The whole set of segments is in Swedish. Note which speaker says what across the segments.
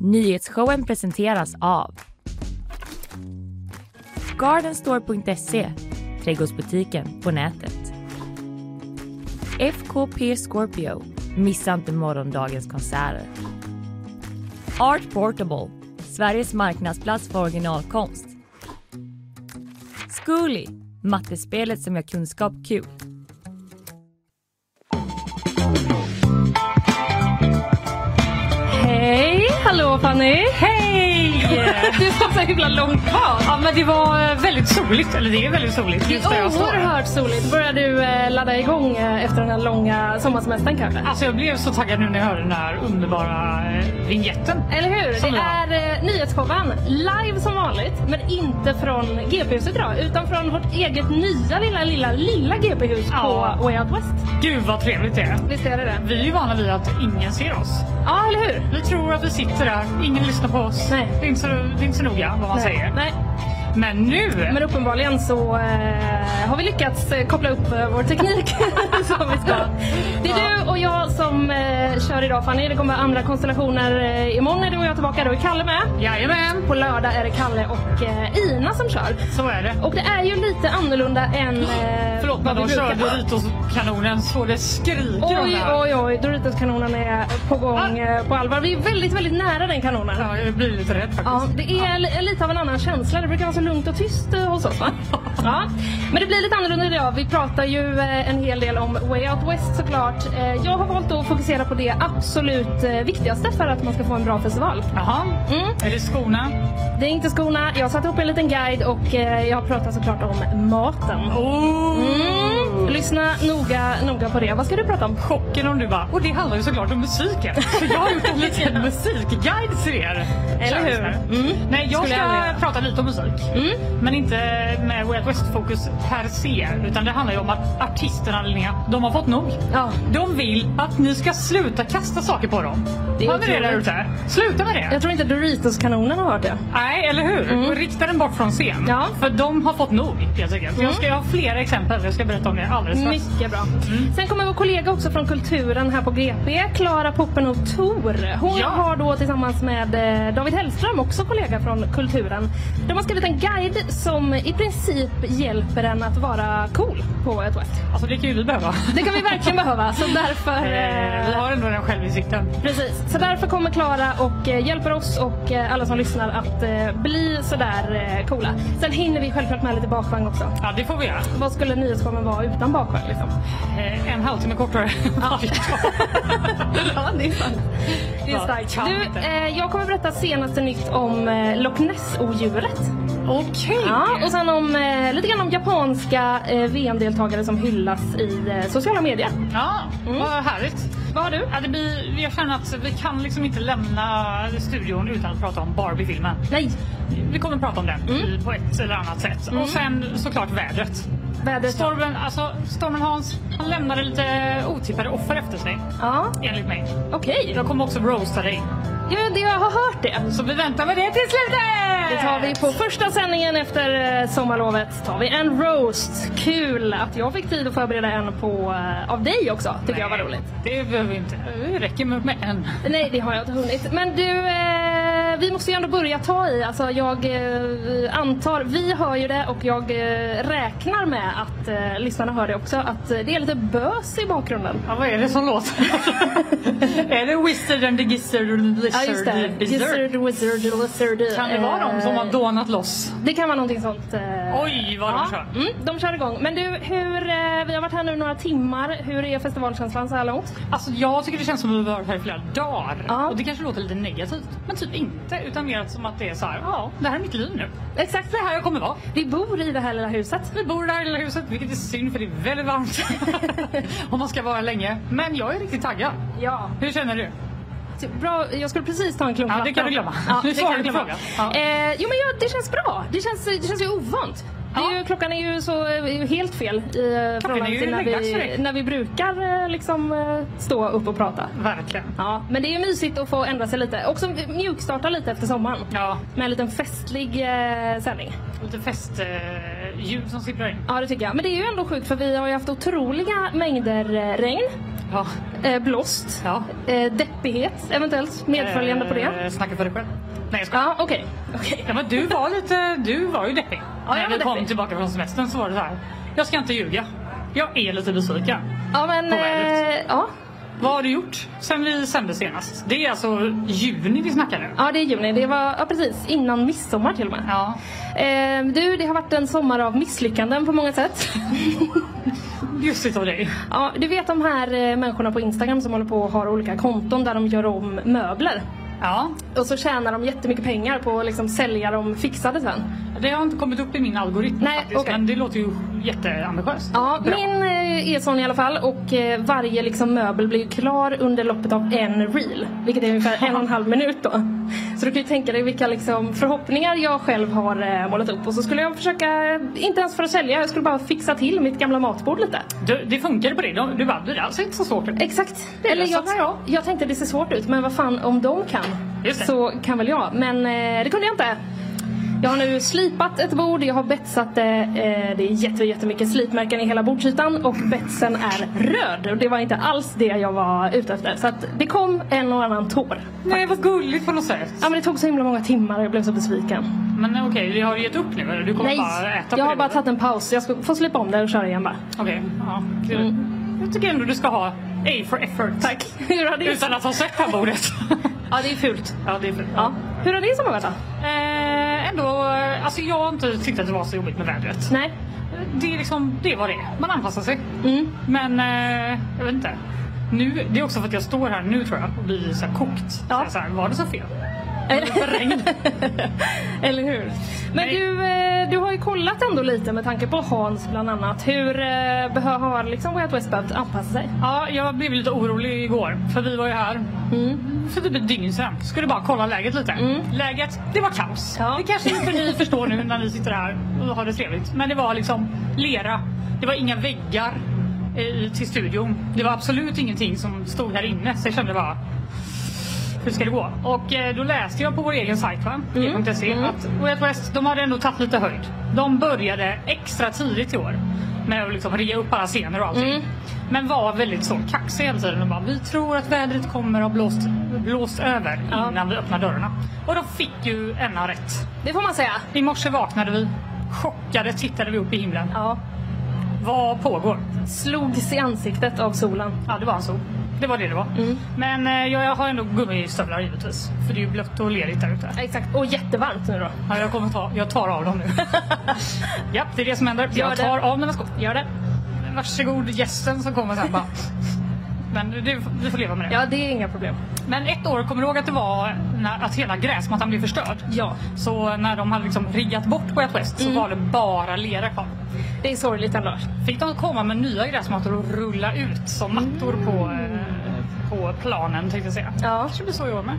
Speaker 1: Nyhetsshowen presenteras av Gardenstore.se, trädgårdsbutiken på nätet. FKP Scorpio, missa inte morgondagens konserter. Art Portable, Sveriges marknadsplats för originalkonst. Zcooly, mattespelet som gör kunskap kul.
Speaker 2: Hej! Hallå Fanny!
Speaker 3: Hej!
Speaker 2: Du står så himla långt bak.
Speaker 3: Ja men det var eh, väldigt soligt, eller det är väldigt soligt
Speaker 2: Det
Speaker 3: just där
Speaker 2: är
Speaker 3: jag står.
Speaker 2: oerhört soligt. Börjar du eh, ladda igång eh, efter den här långa sommarsemestern kanske?
Speaker 3: Alltså jag blev så taggad nu när jag hörde den här underbara eh, vignetten.
Speaker 2: Eller hur?
Speaker 3: Som
Speaker 2: det
Speaker 3: jag.
Speaker 2: är eh, nyhetsshowen live som vanligt, men inte från GP-huset idag, utan från vårt eget nya lilla, lilla, lilla GP-hus
Speaker 3: Ja.
Speaker 2: på Way Out West.
Speaker 3: Gud vad trevligt det är.
Speaker 2: Visst är det det?
Speaker 3: Vi är ju vana vid att ingen ser oss.
Speaker 2: Ja, eller hur?
Speaker 3: Vi tror att vi sitter där, ingen lyssnar på oss.
Speaker 2: Nej.
Speaker 3: Det, är inte så, det är inte så noga vad man säger.
Speaker 2: Nej.
Speaker 3: Men nu!
Speaker 2: Men uppenbarligen så eh, har vi lyckats eh, koppla upp eh, vår teknik som vi ska. Det är du och jag som eh, kör idag Fanny. Det kommer andra konstellationer eh, imorgon är du och jag tillbaka. Då är Kalle med.
Speaker 3: Jajamän!
Speaker 2: På lördag är det Kalle och eh, Ina som kör.
Speaker 3: Så är det.
Speaker 2: Och det är ju lite annorlunda än... Eh,
Speaker 3: Förlåt men
Speaker 2: vad
Speaker 3: de
Speaker 2: vi brukar-
Speaker 3: kör Doritos-kanonen så det skriker om
Speaker 2: Oj,
Speaker 3: det här.
Speaker 2: oj, oj. Doritoskanonen är på gång
Speaker 3: Ah.
Speaker 2: eh, på allvar. Vi är väldigt, väldigt nära den kanonen.
Speaker 3: Ja, jag blir lite rädd faktiskt.
Speaker 2: Ja, det är li- lite av en annan känsla. Det brukar vara så lugnt och tyst eh, hos oss va? Ja. Men det blir lite annorlunda idag. Vi pratar ju eh, en hel del om Way Out West såklart. Eh, Jag har valt att fokusera på det absolut eh, viktigaste för att man ska få en bra festival.
Speaker 3: Jaha,
Speaker 2: Mm.
Speaker 3: är det skorna?
Speaker 2: Det är inte skorna. Jag satte ihop en liten guide och eh, jag pratar såklart om maten.
Speaker 3: Oh.
Speaker 2: Mm. Lyssna noga, noga på det. Vad ska du prata om?
Speaker 3: chocken om du bara, och det handlar ju såklart om musiken. Så jag har gjort en liten musikguide till er.
Speaker 2: Eller hur? Mm.
Speaker 3: Nej, jag
Speaker 2: Skulle
Speaker 3: ska
Speaker 2: jag aldrig göra.
Speaker 3: prata lite om musik.
Speaker 2: Mm.
Speaker 3: Men inte med Way Out West-fokus per se. Utan det handlar ju om att artisterna, Linnea, de har fått nog.
Speaker 2: Ja.
Speaker 3: De vill att ni ska sluta kasta saker på dem.
Speaker 2: Det är
Speaker 3: Hör ni det där
Speaker 2: otroligt.
Speaker 3: ute? Sluta med det!
Speaker 2: Jag tror inte Doritos-kanonen har hört det.
Speaker 3: Nej, eller hur? Rikta den bort från scen.
Speaker 2: Ja. Mm.
Speaker 3: För de har fått nog, helt enkelt. Jag ska jag har flera exempel, jag ska berätta om det Mm. alldeles strax.
Speaker 2: Mycket bra. Sen kommer vår kollega också från kulturen här på GP, Klara Poppen och Tor. Hon
Speaker 3: Ja.
Speaker 2: har då tillsammans med eh, David Hellström, också kollega från kulturen, de har skrivit en guide som i princip hjälper en att vara cool på ett West.
Speaker 3: Alltså det kan ju vi behöva.
Speaker 2: Det kan vi verkligen behöva, så därför...
Speaker 3: Eh, Vi
Speaker 2: eh,
Speaker 3: har ändå den självinsikten.
Speaker 2: Precis, så därför kommer Klara och eh, hjälper oss och eh, alla som lyssnar att eh, bli sådär eh, coola. Sen hinner vi självklart med lite bakvagn också.
Speaker 3: Ja, det får vi göra.
Speaker 2: Vad skulle nyhetsshowen vara utan bakvagn liksom?
Speaker 3: Eh, En halvtimme kortare. Ja.
Speaker 2: Ja, det är sant. Det är
Speaker 3: Ja,
Speaker 2: starkt.
Speaker 3: kan
Speaker 2: Du,
Speaker 3: inte.
Speaker 2: eh, jag kommer berätta senaste nytt om eh, Loch Ness-odjuret.
Speaker 3: Okej.
Speaker 2: Ja, och sen om, eh, lite grann om japanska eh, VM-deltagare som hyllas i eh, sociala medier.
Speaker 3: Ja,
Speaker 2: Mm.
Speaker 3: vad härligt.
Speaker 2: Vad har du?
Speaker 3: Ja, det blir, jag känner att vi kan liksom inte lämna studion utan att prata om Barbie-filmen.
Speaker 2: Nej,
Speaker 3: Vi kommer prata om den
Speaker 2: Mm.
Speaker 3: i- på ett eller annat sätt. Och sen såklart vädret.
Speaker 2: vädret.
Speaker 3: Stormen, alltså, stormen Hans han lämnade lite otippade offer efter sig,
Speaker 2: Ja,
Speaker 3: enligt mig.
Speaker 2: okej.
Speaker 3: Jag kommer också roasta dig.
Speaker 2: Ja, det, jag har hört det.
Speaker 3: Så vi väntar med det till slutet!
Speaker 2: Det tar vi på första sändningen efter eh, sommarlovet. tar vi en roast. Kul att jag fick tid att förbereda en på, eh, av dig också. Tycker jag var
Speaker 3: Nej,
Speaker 2: roligt.
Speaker 3: Det behöver vi inte. Det räcker med en.
Speaker 2: Nej, det har jag inte hunnit. Men du, eh, vi måste ju ändå börja ta i. Alltså, jag eh, antar, vi hör ju det och jag eh, räknar med att eh, lyssnarna hör det också, att eh, det är lite bös i bakgrunden.
Speaker 3: Ja, vad är det som låter? är det Wizard and the Gizzard and the
Speaker 2: Ja,
Speaker 3: Lizard
Speaker 2: just det.
Speaker 3: and the Berserk?
Speaker 2: Gizzard, wizard, lizard.
Speaker 3: Kan det vara de som har dånat loss?
Speaker 2: Eh, Det kan vara någonting sånt. eh,
Speaker 3: Eh. Oj, vad de kör.
Speaker 2: Mm, de kör igång. Men du, hur, eh, vi har varit här nu några timmar. Hur är festivalkänslan så här långt?
Speaker 3: Alltså, jag tycker det känns som att vi har varit här i flera dagar.
Speaker 2: Ja.
Speaker 3: Och det kanske låter lite negativt, men typ inte. Utan mer att- som att det är så här, ja, det här är mitt liv nu.
Speaker 2: Exakt
Speaker 3: Det är här jag kommer vara.
Speaker 2: Vi bor i det här lilla huset.
Speaker 3: Vi bor i det här lilla huset, vilket är synd för det är väldigt varmt. Om man ska vara länge. Men jag är riktigt taggad.
Speaker 2: Ja.
Speaker 3: Hur känner du?
Speaker 2: Typ, Bra, jag skulle precis ta en klunk
Speaker 3: Ja, det
Speaker 2: vatten.
Speaker 3: kan du glömma.
Speaker 2: Ja,
Speaker 3: Nu
Speaker 2: det kan
Speaker 3: svarar
Speaker 2: jag
Speaker 3: du på
Speaker 2: glömma.
Speaker 3: frågan. Ja.
Speaker 2: Eh, jo, men ja, det känns bra. Det känns, det känns ju ovant. Det är
Speaker 3: Ja.
Speaker 2: ju, klockan är ju så eh, helt fel i eh, förhållande
Speaker 3: ju
Speaker 2: till när
Speaker 3: läggdags för
Speaker 2: vi,
Speaker 3: dig.
Speaker 2: när vi brukar eh, liksom, eh, stå upp och prata.
Speaker 3: Verkligen.
Speaker 2: Ja, men det är ju mysigt att få ändra sig lite. Också mjukstarta lite efter sommaren.
Speaker 3: Ja,
Speaker 2: Med en liten festlig eh, sändning.
Speaker 3: lite festljud som sipprar in.
Speaker 2: Ja, det tycker jag. Men det är ju ändå sjukt för vi har ju haft otroliga mängder eh, regn.
Speaker 3: Ja.
Speaker 2: Eh, blåst.
Speaker 3: Ja.
Speaker 2: Eh, deppighet eventuellt medföljande på det.
Speaker 3: Eh, Snacka för dig själv. Nej jag skojar.
Speaker 2: Ja, okej. Okej.
Speaker 3: Ja, men du var lite, du var ju deppig.
Speaker 2: jag
Speaker 3: När
Speaker 2: var
Speaker 3: vi kom
Speaker 2: deppig.
Speaker 3: tillbaka från semestern så var det så här. Jag ska inte ljuga. Jag är lite besviken.
Speaker 2: Ja, men...
Speaker 3: På vädret.
Speaker 2: Eh, ja.
Speaker 3: Vad har du gjort sen vi sände senast? Det är alltså juni vi snackar nu.
Speaker 2: ja, det är juni. Det var ja, precis innan midsommar till och med.
Speaker 3: Ja.
Speaker 2: Eh, du, det har varit en sommar av misslyckanden på många sätt.
Speaker 3: Just utav dig.
Speaker 2: ja, du vet de här eh, människorna på Instagram som håller på och har olika konton där de gör om möbler.
Speaker 3: Ja.
Speaker 2: Och så tjänar de jättemycket pengar på att liksom sälja dem fixade sen.
Speaker 3: Det har inte kommit upp i min algoritm
Speaker 2: Nej,
Speaker 3: faktiskt.
Speaker 2: okej.
Speaker 3: Men det låter ju jätteambitiöst.
Speaker 2: Ja,
Speaker 3: Bra.
Speaker 2: min eh, är sån i alla fall och eh, varje liksom möbel blir ju klar under loppet av en reel. Vilket är ungefär en och en halv minut då. Så du kan ju tänka dig vilka liksom förhoppningar jag själv har eh, målat upp. Och så skulle jag försöka, eh, inte ens för att sälja, jag skulle bara fixa till mitt gamla matbord lite.
Speaker 3: Du, det funkade på dig. Du- Du bara, det är alltså inte så svårt.
Speaker 2: Exakt.
Speaker 3: Det
Speaker 2: Eller
Speaker 3: löser
Speaker 2: jag,
Speaker 3: väl jag.
Speaker 2: jag tänkte det ser svårt ut, men vad fan om de kan
Speaker 3: Just det.
Speaker 2: så kan väl jag. Men eh, det kunde jag inte. Jag har nu slipat ett bord, jag har betsat det. Eh, det är jätte, jättemycket slipmärken i hela bordsytan och betsen är röd. Och det var inte alls det jag var ute efter. Så att det kom en och annan tår.
Speaker 3: Nej, vad gulligt på något sätt.
Speaker 2: Ja, men det tog så himla många timmar och jag blev så besviken.
Speaker 3: Men okej, vi har gett upp nu eller? Du kommer
Speaker 2: Nej,
Speaker 3: bara äta på
Speaker 2: jag har
Speaker 3: det,
Speaker 2: bara
Speaker 3: eller?
Speaker 2: tagit en paus. Jag ska få slipa om det och köra igen bara.
Speaker 3: Okej, ja. Det- Jag tycker ändå du ska ha A for effort. Mm. Tack.
Speaker 2: Hur har det...
Speaker 3: Utan att ha sett det här bordet.
Speaker 2: Ja, det är fult.
Speaker 3: ja, det är fint.
Speaker 2: Ja. Hur har det sommarvärt då?
Speaker 3: Eh, ändå, eh, alltså jag har inte tyckt att det var så jobbigt med vädret.
Speaker 2: Nej.
Speaker 3: Det är liksom, det var det är. Man anpassar sig.
Speaker 2: Mm.
Speaker 3: Men eh, jag vet inte. Nu, det är också för att jag står här nu tror jag och blir så här kokt.
Speaker 2: Ja.
Speaker 3: Så jag så här, var det så fel? För regn.
Speaker 2: Eller hur? Men
Speaker 3: Nej.
Speaker 2: du, eh, du har ju kollat ändå lite med tanke på Hans bland annat. Hur eh, behö- har liksom Way Out West behövt anpassa sig?
Speaker 3: Ja, jag blev lite orolig igår för vi var ju här för typ ett dygn sedan. Skulle bara kolla läget lite. Läget, det var kaos.
Speaker 2: Ja.
Speaker 3: Det kanske inte ni förstår nu när ni sitter här och har det trevligt. Men det var liksom lera. Det var inga väggar eh, till studion. Det var absolut ingenting som stod här inne. Så jag kände bara hur ska det gå? Och eh, då läste jag på vår egen sajt, va? e.se, att Way Out West, de hade ändå tagit lite höjd. De började extra tidigt i år med att liksom rea upp alla scener och allting. Men var väldigt så kaxiga hela tiden och bara, vi tror att vädret kommer att ha blåst, blåst över
Speaker 2: Ja.
Speaker 3: innan vi öppnar dörrarna. Och de fick ju ena rätt.
Speaker 2: Det får man säga.
Speaker 3: I morse vaknade vi, chockade tittade vi upp i himlen.
Speaker 2: Ja.
Speaker 3: Vad pågår?
Speaker 2: Slogs i ansiktet av solen.
Speaker 3: Ja, det var en sol. Det var det det var.
Speaker 2: Mm.
Speaker 3: Men eh, jag har ändå gummistövlar givetvis. För det är ju blött och lerigt där ute.
Speaker 2: Exakt. Och jättevarmt nu då.
Speaker 3: Ja, jag kommer ta, jag tar av dem nu. Japp, det är det som händer.
Speaker 2: Gör
Speaker 3: Jag
Speaker 2: det.
Speaker 3: tar av mina skor. Gör det. Varsågod gästen som kommer sen bara. Men du, du får leva med det.
Speaker 2: Ja, det är inga problem.
Speaker 3: Men ett år, kommer du ihåg att det var när, att hela gräsmattan blev förstörd?
Speaker 2: Ja. Mm.
Speaker 3: Så när de hade liksom riggat bort på ett West så var det bara lera kvar.
Speaker 2: Det är sorgligt ändå.
Speaker 3: Fick de komma med nya gräsmattor och rulla ut som mattor på, eh, på planen tänkte jag säga.
Speaker 2: Ja.
Speaker 3: Kanske blir så i år med.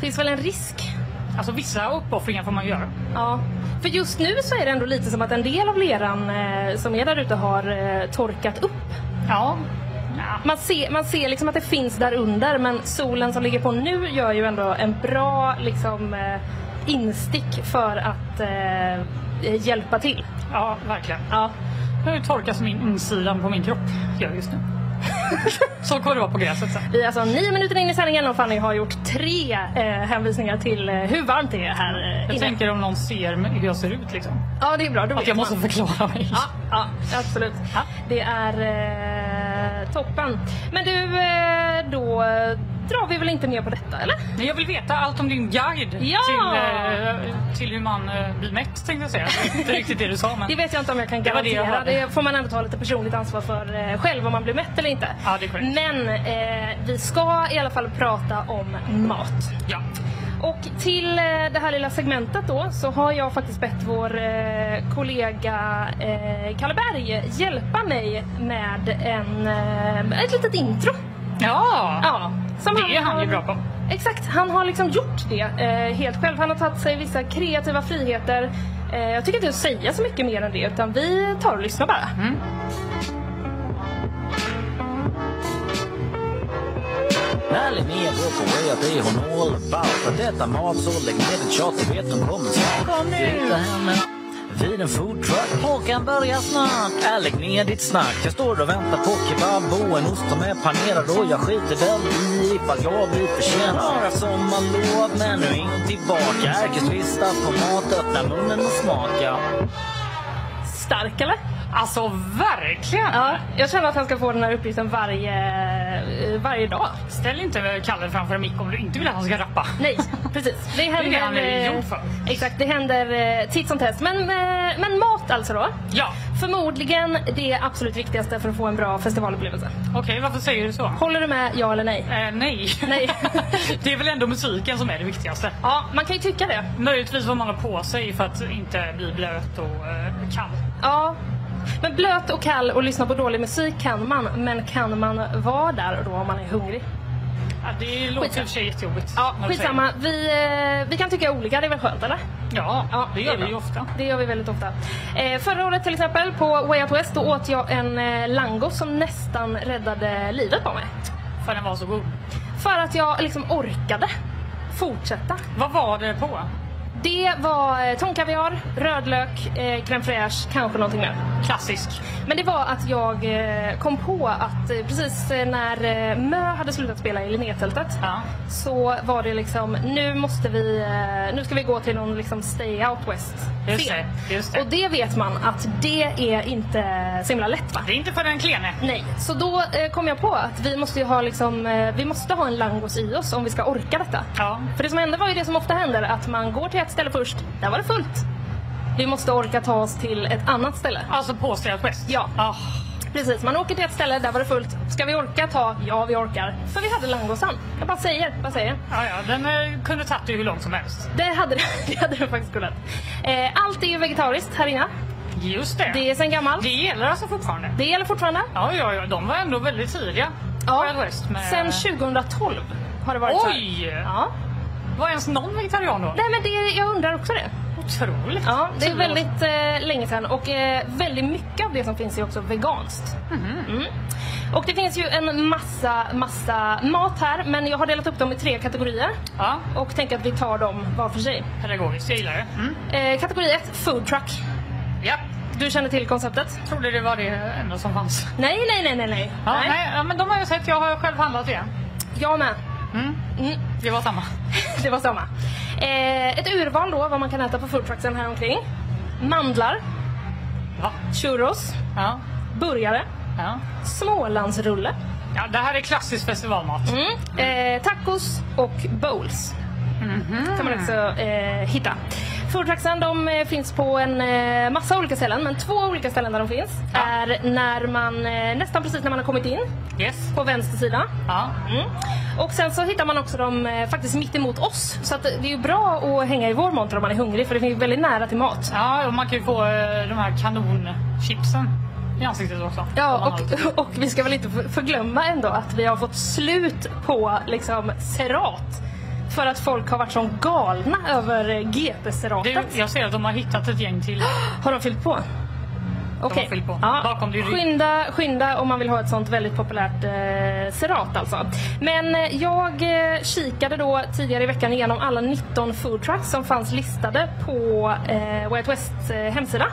Speaker 2: Finns väl en risk?
Speaker 3: Alltså vissa uppoffringar får man göra.
Speaker 2: Ja. För just nu så är det ändå lite som att en del av leran eh, som är där ute har eh, torkat upp.
Speaker 3: Ja. Nja.
Speaker 2: Man ser, man ser liksom att det finns där under men solen som ligger på nu gör ju ändå en bra liksom, eh, instick för att eh, hjälpa till.
Speaker 3: Ja, verkligen.
Speaker 2: Ja.
Speaker 3: Nu torkas min insidan på min kropp gör just nu. Så kommer det vara på gräset sen.
Speaker 2: Vi är alltså nio minuter in i sändningen och Fanny har gjort tre eh, hänvisningar till eh, hur varmt det är här eh,
Speaker 3: Jag
Speaker 2: inne.
Speaker 3: tänker om någon ser mig- hur jag ser ut liksom.
Speaker 2: Ja, det är bra. Då
Speaker 3: Att
Speaker 2: vet
Speaker 3: jag
Speaker 2: man.
Speaker 3: måste förklara mig.
Speaker 2: Ja, ja absolut.
Speaker 3: Ja.
Speaker 2: Det är eh, toppen. Men du, eh, då eh, drar vi väl inte ner på detta, eller?
Speaker 3: Men jag vill veta allt om din guide
Speaker 2: Ja!
Speaker 3: till, eh, till hur man eh, blir mätt tänkte jag säga. Det är inte riktigt det du sa men.
Speaker 2: Det vet jag inte om jag kan
Speaker 3: Det var det jag
Speaker 2: garantera. Det,
Speaker 3: hörde.
Speaker 2: får man ändå ta lite personligt ansvar för eh, själv om man blir mätt eller inte.
Speaker 3: Ja, det är korrekt.
Speaker 2: Men eh, vi ska i alla fall prata om mat.
Speaker 3: Ja.
Speaker 2: Och till eh, det här lilla segmentet då så har jag faktiskt bett vår eh, kollega eh, Kalle Berg hjälpa mig med en, eh, ett litet intro.
Speaker 3: Ja!
Speaker 2: Ja, som
Speaker 3: Det är han ju
Speaker 2: har-
Speaker 3: bra på.
Speaker 2: Exakt, han har liksom gjort det eh, helt själv. Han har tagit sig vissa kreativa friheter. Eh, jag tycker inte att säga så mycket mer än det utan vi tar och lyssnar bara.
Speaker 3: Mm.
Speaker 4: När Linné går på way att det hon all about Att äta mat så lägg ner ditt tjat, du vet hon kommer snart Kom nu! vid en foodtruck. Håkan börjar snart. Äh, lägg ner ditt snack. Jag står och väntar på kebab och en ost som är panerad och jag skiter väl i ifall jag blir försenad. Bara sommarlov men nu in tillbaka. Ärkeslista på mat, öppna munnen och smaka.
Speaker 2: Stark eller?
Speaker 3: Alltså verkligen!
Speaker 2: Ja, jag känner att han ska få den här uppgiften varje, eh, varje dag.
Speaker 3: Ställ inte Kalle framför en mick om du inte vill att han ska rappa.
Speaker 2: Nej, precis. Det
Speaker 3: det han
Speaker 2: händer...
Speaker 3: är
Speaker 2: eh,
Speaker 3: gjord för.
Speaker 2: Exakt, det händer eh, titt som tätt. Men, eh, men mat alltså då?
Speaker 3: Ja,
Speaker 2: Förmodligen det absolut viktigaste för att få en bra festivalupplevelse.
Speaker 3: okej varför säger du så?
Speaker 2: Håller du med, ja eller nej?
Speaker 3: Eh, nej.
Speaker 2: Nej.
Speaker 3: det är väl ändå musiken som är det viktigaste.
Speaker 2: Ja, man kan ju tycka det.
Speaker 3: Möjligtvis vad man har på sig för att inte bli blöt och eh, kall.
Speaker 2: Ja. Men blöt och kall och lyssna på dålig musik kan man, men kan man vara där då om man är hungrig?
Speaker 3: Ja, det låter i och
Speaker 2: Skitsamma.
Speaker 3: för sig jättejobbigt.
Speaker 2: Ja,
Speaker 3: när du säger
Speaker 2: skitsamma. Vi, eh, vi kan tycka olika, det är väl skönt eller?
Speaker 3: det. Ja,
Speaker 2: Ja,
Speaker 3: det
Speaker 2: det är
Speaker 3: gör vi ju
Speaker 2: bra.
Speaker 3: ofta.
Speaker 2: Det gör vi väldigt ofta. Eh, förra året till exempel på Way Out West då åt jag en eh, langos som nästan räddade livet på mig.
Speaker 3: För den var så god.
Speaker 2: För att jag liksom orkade fortsätta.
Speaker 3: Vad var det på?
Speaker 2: Det var eh, tonkaviar, rödlök, eh, crème fraîche, kanske någonting mer.
Speaker 3: Klassisk.
Speaker 2: Men det var att jag eh, kom på att eh, precis eh, när eh, Mö hade slutat spela i Linnétältet
Speaker 3: Ja.
Speaker 2: så var det liksom, nu måste vi, eh, nu ska vi gå till någon liksom Stay Out West
Speaker 3: Just
Speaker 2: scen.
Speaker 3: det, just det.
Speaker 2: Och det vet man att det är inte så himla lätt va?
Speaker 3: Det är inte för den klene.
Speaker 2: Nej, så då eh, kom jag på att vi måste ju ha liksom, eh, vi måste ha en langos i oss om vi ska orka detta.
Speaker 3: Ja.
Speaker 2: För det som hände var ju det som ofta händer, att man går till ett ställe först, där var det fullt. Vi måste orka ta oss till ett annat ställe.
Speaker 3: Alltså på Stay Out West?
Speaker 2: Ja.
Speaker 3: Ah,
Speaker 2: Precis, man åker till ett ställe, där var det fullt. Ska vi orka ta? Ja, vi orkar. För vi hade langosan. Jag bara säger, bara säger.
Speaker 3: ja, ja, den eh, kunde tagit dig hur långt som helst.
Speaker 2: Det hade det hade det faktiskt kunnat. Eh, allt är ju vegetariskt här inne.
Speaker 3: Just det.
Speaker 2: Det är sen gammalt.
Speaker 3: Det gäller alltså fortfarande?
Speaker 2: Det gäller fortfarande.
Speaker 3: Ja, ja, ja. De var ändå väldigt tidiga. Wild West med...
Speaker 2: Sen 2012 har det varit så. här.
Speaker 3: Oj!
Speaker 2: Ja.
Speaker 3: Var ens någon vegetarian då?
Speaker 2: Nej men det, jag undrar också det.
Speaker 3: Otroligt.
Speaker 2: Ja, det är
Speaker 3: Tio år
Speaker 2: väldigt eh, länge sedan och eh, väldigt mycket av det som finns är också veganskt.
Speaker 3: Mhm.
Speaker 2: Mm. Och det finns ju en massa, massa mat här men jag har delat upp dem i tre kategorier
Speaker 3: sedan. Ja,
Speaker 2: och tänker att vi tar dem var för sig.
Speaker 3: pedagogiskt. Jag gillar det. Mm.
Speaker 2: Eh, kategori 1, food truck.
Speaker 3: Ja,
Speaker 2: Du känner till konceptet?
Speaker 3: trodde det var det enda som fanns.
Speaker 2: Nej, nej, nej, nej, nej.
Speaker 3: Ja, nej. ja, men de har jag sett. Jag har själv handlat det.
Speaker 2: Jag med.
Speaker 3: Mm.
Speaker 2: Mm.
Speaker 3: Det var samma.
Speaker 2: Det var samma. Eh, ett urval då vad man kan äta på foodtrucksen här omkring. Mandlar,
Speaker 3: Va?
Speaker 2: churros,
Speaker 3: Ja.
Speaker 2: burgare,
Speaker 3: ja.
Speaker 2: smålandsrulle,
Speaker 3: Ja, det här är klassisk festivalmat.
Speaker 2: mm. eh, tacos och bowls. kan
Speaker 3: Mm.
Speaker 2: man också eh, hitta. Foodtrucksen de eh, finns på en eh, massa olika ställen men två olika ställen där de finns
Speaker 3: Ja.
Speaker 2: är när man, eh, nästan precis när man har kommit in
Speaker 3: Yes.
Speaker 2: på vänster sida.
Speaker 3: Ja.
Speaker 2: Mm. Och sen så hittar man också dem eh, faktiskt mitt emot oss. Så att det är ju bra att hänga i vår monter om man är hungrig för det finns väldigt nära till mat.
Speaker 3: ja, och man kan ju få eh, de här kanonchipsen i ansiktet också. Om man
Speaker 2: Ja,
Speaker 3: har lite
Speaker 2: och, och vi ska väl inte för- förglömma ändå att vi har fått slut på liksom Serat. För att folk har varit som galna över eh,
Speaker 3: Du,
Speaker 2: GP-Seratet.
Speaker 3: jag ser att de har hittat ett gäng till.
Speaker 2: Har de fyllt på? Okej.
Speaker 3: fyllt på.
Speaker 2: Ja.
Speaker 3: Bakom din rygg.
Speaker 2: skynda, skynda om man vill ha ett sånt väldigt populärt eh, serat alltså. Men eh, jag eh, kikade då tidigare i veckan igenom alla 19 foodtrucks som fanns listade på eh, Way Out Wests eh, hemsida.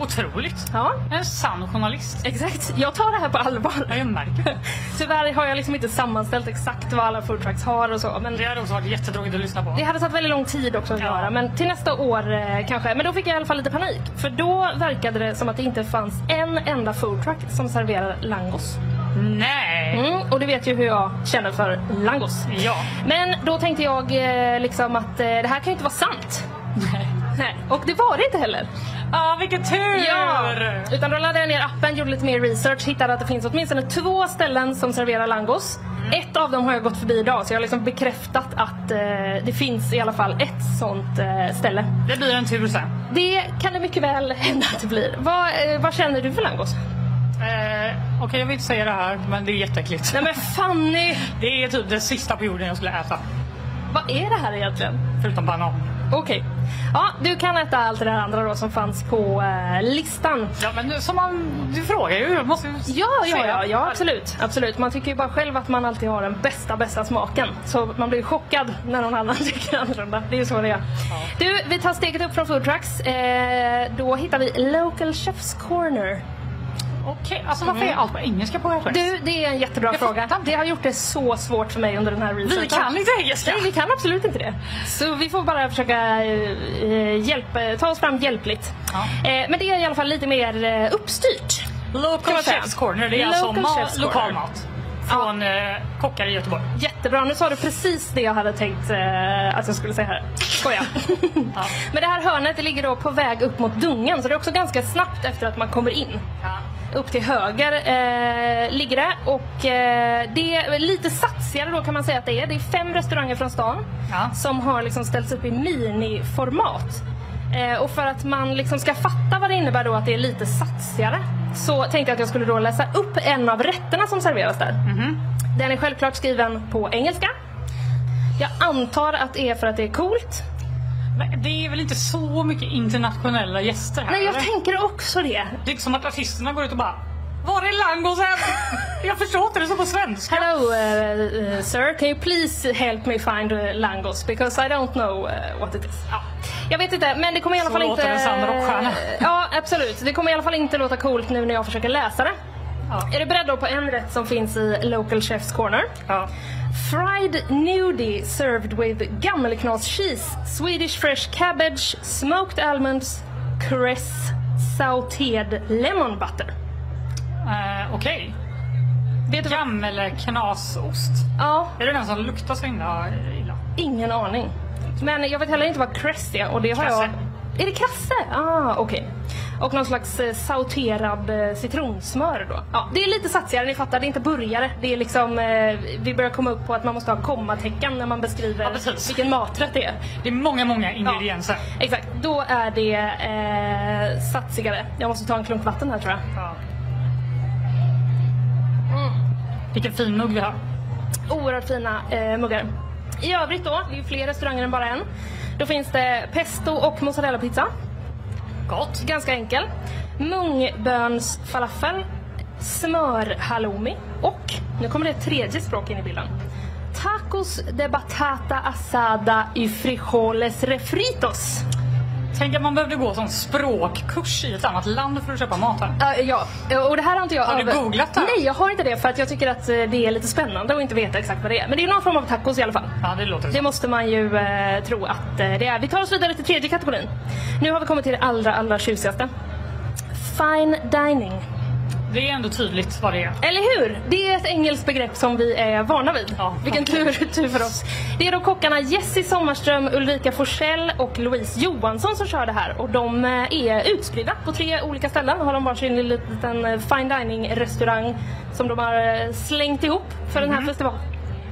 Speaker 3: Otroligt.
Speaker 2: Ja,
Speaker 3: En sann journalist.
Speaker 2: exakt. Jag tar det här på allvar.
Speaker 3: Ja, jag märker det.
Speaker 2: Tyvärr har jag liksom inte sammanställt exakt vad alla foodtrucks har och så. Men
Speaker 3: Det hade också varit jättetråkigt att lyssna på.
Speaker 2: Det hade tagit väldigt lång tid också att
Speaker 3: Ja.
Speaker 2: göra, men till nästa år eh, kanske. Men då fick jag i alla fall lite panik. För då verkade det som att det inte fanns en enda foodtruck som serverar langos.
Speaker 3: Nej!
Speaker 2: Mm, och du vet ju hur jag känner för langos.
Speaker 3: Ja.
Speaker 2: Men då tänkte jag eh, liksom att eh, det här kan ju inte vara sant. Nej. Och det var det inte heller.
Speaker 3: Ja, vilken tur!
Speaker 2: Utan då laddade jag ner appen, gjorde lite mer research, hittade att det finns åtminstone två ställen som serverar langos. Ett av dem har jag gått förbi idag så jag har liksom bekräftat att eh, det finns i alla fall ett sånt eh, ställe.
Speaker 3: Det blir en tur sen.
Speaker 2: Det kan det mycket väl hända att det blir. Vad, eh, vad känner du för langos?
Speaker 3: Eh, Okej, jag vill inte säga det här, men det är jätteäckligt.
Speaker 2: Nej men Fanny!
Speaker 3: Det är typ det sista på jorden jag skulle äta.
Speaker 2: Vad är det här egentligen?
Speaker 3: Förutom banan.
Speaker 2: Okej. Ja, du kan äta allt det där andra då som fanns på eh, listan.
Speaker 3: Ja, men nu- som man, du frågar ju. Jag måste ju
Speaker 2: Ja, ja,
Speaker 3: säga.
Speaker 2: ja, ja absolut, absolut. Man tycker ju bara själv att man alltid har den bästa, bästa smaken. Så man blir ju chockad när någon annan tycker annorlunda. Det är ju så det är. Du, vi tar steget upp från food trucks. Eh, då hittar vi Local Chefs Corner.
Speaker 3: Okej, alltså varför är allt på engelska på Airflex?
Speaker 2: Mm. Du, det är en jättebra
Speaker 3: Jag
Speaker 2: fråga.
Speaker 3: fattar inte.
Speaker 2: Det har gjort det så svårt för mig under den här researchen.
Speaker 3: vi kan inte engelska.
Speaker 2: Nej, vi kan absolut inte det. Så vi får bara försöka eh, hjälpa, ta oss fram hjälpligt.
Speaker 3: Ja.
Speaker 2: Eh, men det är i alla fall lite mer eh, uppstyrt. Kan
Speaker 3: Local
Speaker 2: man säga.
Speaker 3: Chefs Corner, det är alltså
Speaker 2: Typ Local
Speaker 3: ma-
Speaker 2: Chefs Corner.
Speaker 3: lokal mat. Från eh, kockar i Göteborg.
Speaker 2: Jättebra, nu sa du precis det jag hade tänkt eh, att jag skulle säga här. Skoja.
Speaker 3: Ja.
Speaker 2: Men det här hörnet det ligger då på väg upp mot Dungen så det är också ganska snabbt efter att man kommer in. Upp till höger eh, ligger det och eh, det är lite satsigare då kan man säga att det är. Det är fem restauranger från stan
Speaker 3: Ja.
Speaker 2: som har liksom ställts upp i miniformat. Eh, och för att man liksom ska fatta vad det innebär då att det är lite satsigare så tänkte jag att jag skulle då läsa upp en av rätterna som serveras där.
Speaker 3: Mm. Mhm.
Speaker 2: Den är självklart skriven på engelska. Jag antar att det är för att det är coolt.
Speaker 3: Men det är väl inte så mycket internationella gäster här?
Speaker 2: Nej, jag
Speaker 3: eller?
Speaker 2: tänker också det.
Speaker 3: Det är inte som att artisterna går ut och bara Var är langosen? jag förstår inte det som på svenska.
Speaker 2: Hello, uh, uh, sir. Can you please help me find uh, langos? Because I don't know uh, what it is. Ja. Jag vet inte, men det kommer i alla
Speaker 3: Så
Speaker 2: fall inte...
Speaker 3: låter en sann rockstjärna.
Speaker 2: Ja, absolut. Det kommer i alla fall inte låta coolt nu när jag försöker läsa det.
Speaker 3: Ja.
Speaker 2: Är du beredd då på en rätt som finns i Local Chef's Corner?
Speaker 3: Ja.
Speaker 2: Fried nudie served with gammelknas cheese, Swedish fresh cabbage, smoked almonds, cress, sautéed lemon butter.
Speaker 3: Eh, Okej.
Speaker 2: Vet du vad?
Speaker 3: Gammelknasost.
Speaker 2: Ja,
Speaker 3: Är det den som luktar så himla illa?
Speaker 2: ingen aning. Men jag vet heller inte vad cress är och det har
Speaker 3: Krasse.
Speaker 2: jag... Är det krasse? Ah, okej. Och någon slags eh, sauterad eh, citronsmör då. Ja, det är lite satsigare, ni fattar. Det är inte burgare. Det är liksom, eh, vi börjar komma upp på att man måste ha kommatecken när man beskriver
Speaker 3: Ja, precis.
Speaker 2: vilken maträtt det är.
Speaker 3: Det är många, många ingredienser.
Speaker 2: Exakt, då är det eh, satsigare. Jag måste ta en klunk vatten här tror jag.
Speaker 3: Ja. Vilken fin mugg vi har.
Speaker 2: Oerhört fina eh, muggar. I övrigt då, det är ju fler restauranger än bara en. Då finns det pesto och mozzarellapizza.
Speaker 3: Gott.
Speaker 2: Ganska enkel. Mungböns falafel. Smörhalloumi. Och, nu kommer det ett tredje språk in i bilden. Tacos de batata asada y frijoles refritos.
Speaker 3: Tänk att man behövde gå som språkkurs i ett annat land för att köpa mat här.
Speaker 2: Ja, ja, och det här har inte jag
Speaker 3: Har du
Speaker 2: över-
Speaker 3: googlat det här?
Speaker 2: Nej, jag har inte det för att jag tycker att eh, det är lite spännande att inte veta exakt vad det är. Men det är någon form av tacos i alla fall.
Speaker 3: Ja, det låter
Speaker 2: Det måste man ju eh, tro att eh, det är. Vi tar oss vidare till tredje kategorin. Nu har vi kommit till det allra, allra tjusigaste. Fine dining.
Speaker 3: Det är ändå tydligt vad det är.
Speaker 2: Eller hur? Det är ett engelskt begrepp som vi är vana vid.
Speaker 3: Ja.
Speaker 2: Vilken tur, tur för oss. Det är då kockarna Jessie Sommarström, Ulrika Forsell och Louise Johansson som kör det här. Och de eh, är utspridda på tre olika ställen. Har de varsin liten eh, fine dining restaurang som de har eh, slängt ihop för den här
Speaker 3: Mhm.
Speaker 2: festivalen.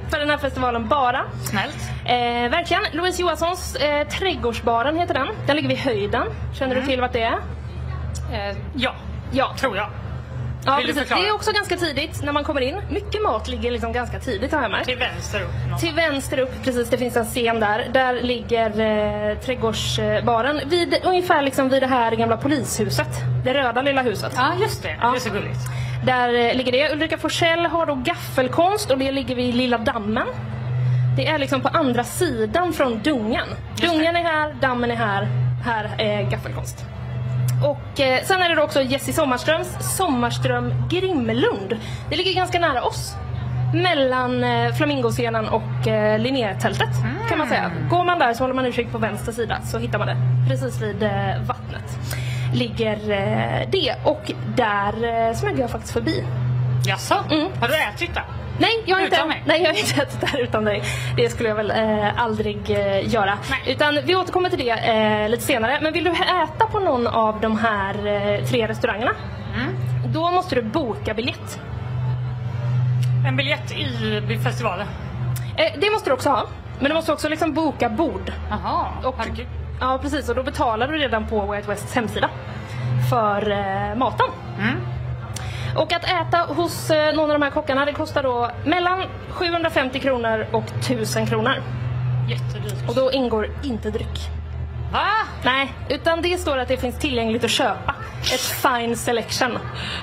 Speaker 2: För den här festivalen bara.
Speaker 3: Snällt.
Speaker 2: Eh, verkligen. Louise Johanssons eh, Trädgårdsbaren heter den. Den ligger vid höjden. Känner du till vart det är?
Speaker 3: Mhm. Eh, ja,
Speaker 2: Ja,
Speaker 3: tror jag.
Speaker 2: Ja,
Speaker 3: Vill du
Speaker 2: precis.
Speaker 3: förklara?
Speaker 2: Det är också ganska tidigt när man kommer in. Mycket mat ligger liksom ganska tidigt har jag märkt.
Speaker 3: Till vänster upp. någon.
Speaker 2: Till vänster upp, precis, det finns en scen där. Där ligger eh, trädgårdsbaren. Vid, ungefär liksom vid det här gamla polishuset. Det röda lilla huset.
Speaker 3: Ja, just det.
Speaker 2: Ja.
Speaker 3: Det är så gulligt.
Speaker 2: Där eh, ligger det. Ulrika Forsell har då gaffelkonst och det ligger vid Lilla dammen. Det är liksom på andra sidan från Dungen. Dungen är här, dammen är här, här är gaffelkonst. Och eh, sen är det då också Jessie Sommarströms Sommarström Grimlund. Det ligger ganska nära oss. Mellan eh, Flamingoscenen och eh, Linnétältet kan man säga. Går man där så håller man utkik på vänster sida så hittar man det. Precis vid eh, vattnet ligger eh, det och där eh, smög jag faktiskt förbi.
Speaker 3: Jaså?
Speaker 2: Mm.
Speaker 3: Har du ätit det?
Speaker 2: Nej, jag har inte,
Speaker 3: Utan mig?
Speaker 2: nej, jag har inte ätit där utan dig. Det skulle jag väl eh, aldrig eh, göra.
Speaker 3: Nej.
Speaker 2: Utan vi återkommer till det eh, lite senare. Men vill du äta på någon av de här eh, tre restaurangerna?
Speaker 3: Mm.
Speaker 2: Då måste du boka biljett.
Speaker 3: En biljett i festivalen?
Speaker 2: Eh, det måste du också ha. Men du måste också liksom boka bord.
Speaker 3: Jaha,
Speaker 2: Och-
Speaker 3: herregud.
Speaker 2: Ja, precis. Och då betalar du redan på Way Out Wests hemsida för eh, maten.
Speaker 3: Mm.
Speaker 2: Och att äta hos eh, någon av de här kockarna det kostar då mellan 750 kronor och 1000 kronor.
Speaker 3: Jättedyrt.
Speaker 2: Och då ingår inte dryck.
Speaker 3: Va?
Speaker 2: Nej, utan det står att det finns tillgängligt att köpa. Ett fine selection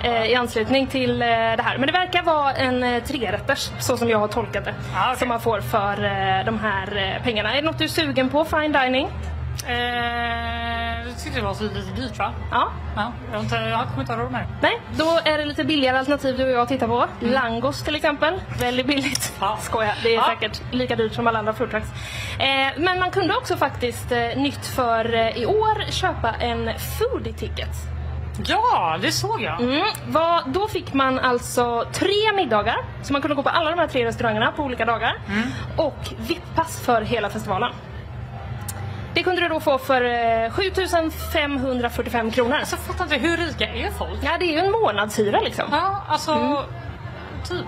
Speaker 2: eh, i anslutning till eh, det här. Men det verkar vara en eh, trerätters, så som jag har tolkat det.
Speaker 3: Ah, okej.
Speaker 2: Som man får för eh, de här eh, pengarna. Är det något du är sugen på, fine dining?
Speaker 3: Eh, jag tyckte det var så lite dyrt va?
Speaker 2: Ja.
Speaker 3: Ja, jag, har inte, jag kommer inte ha råd med det.
Speaker 2: Nej, då är det lite billigare alternativ du och jag tittar på.
Speaker 3: Mm.
Speaker 2: Langos till exempel. Väldigt billigt.
Speaker 3: Ja.
Speaker 2: Skoja, det är
Speaker 3: Ja.
Speaker 2: säkert lika dyrt som alla andra foodtrucks. Eh, men man kunde också faktiskt, eh, nytt för eh, i år, köpa en foodie ticket.
Speaker 3: Ja, det såg jag.
Speaker 2: Mm, vad, då fick man alltså tre middagar, så man kunde gå på alla de här tre restaurangerna på olika dagar. Och VIP-pass för hela festivalen. Det kunde du då få för eh, 7545 kronor.
Speaker 3: Alltså, jag fattar inte, hur rika är folk?
Speaker 2: Ja, det är ju en månadshyra liksom.
Speaker 3: Ja, alltså... Typ.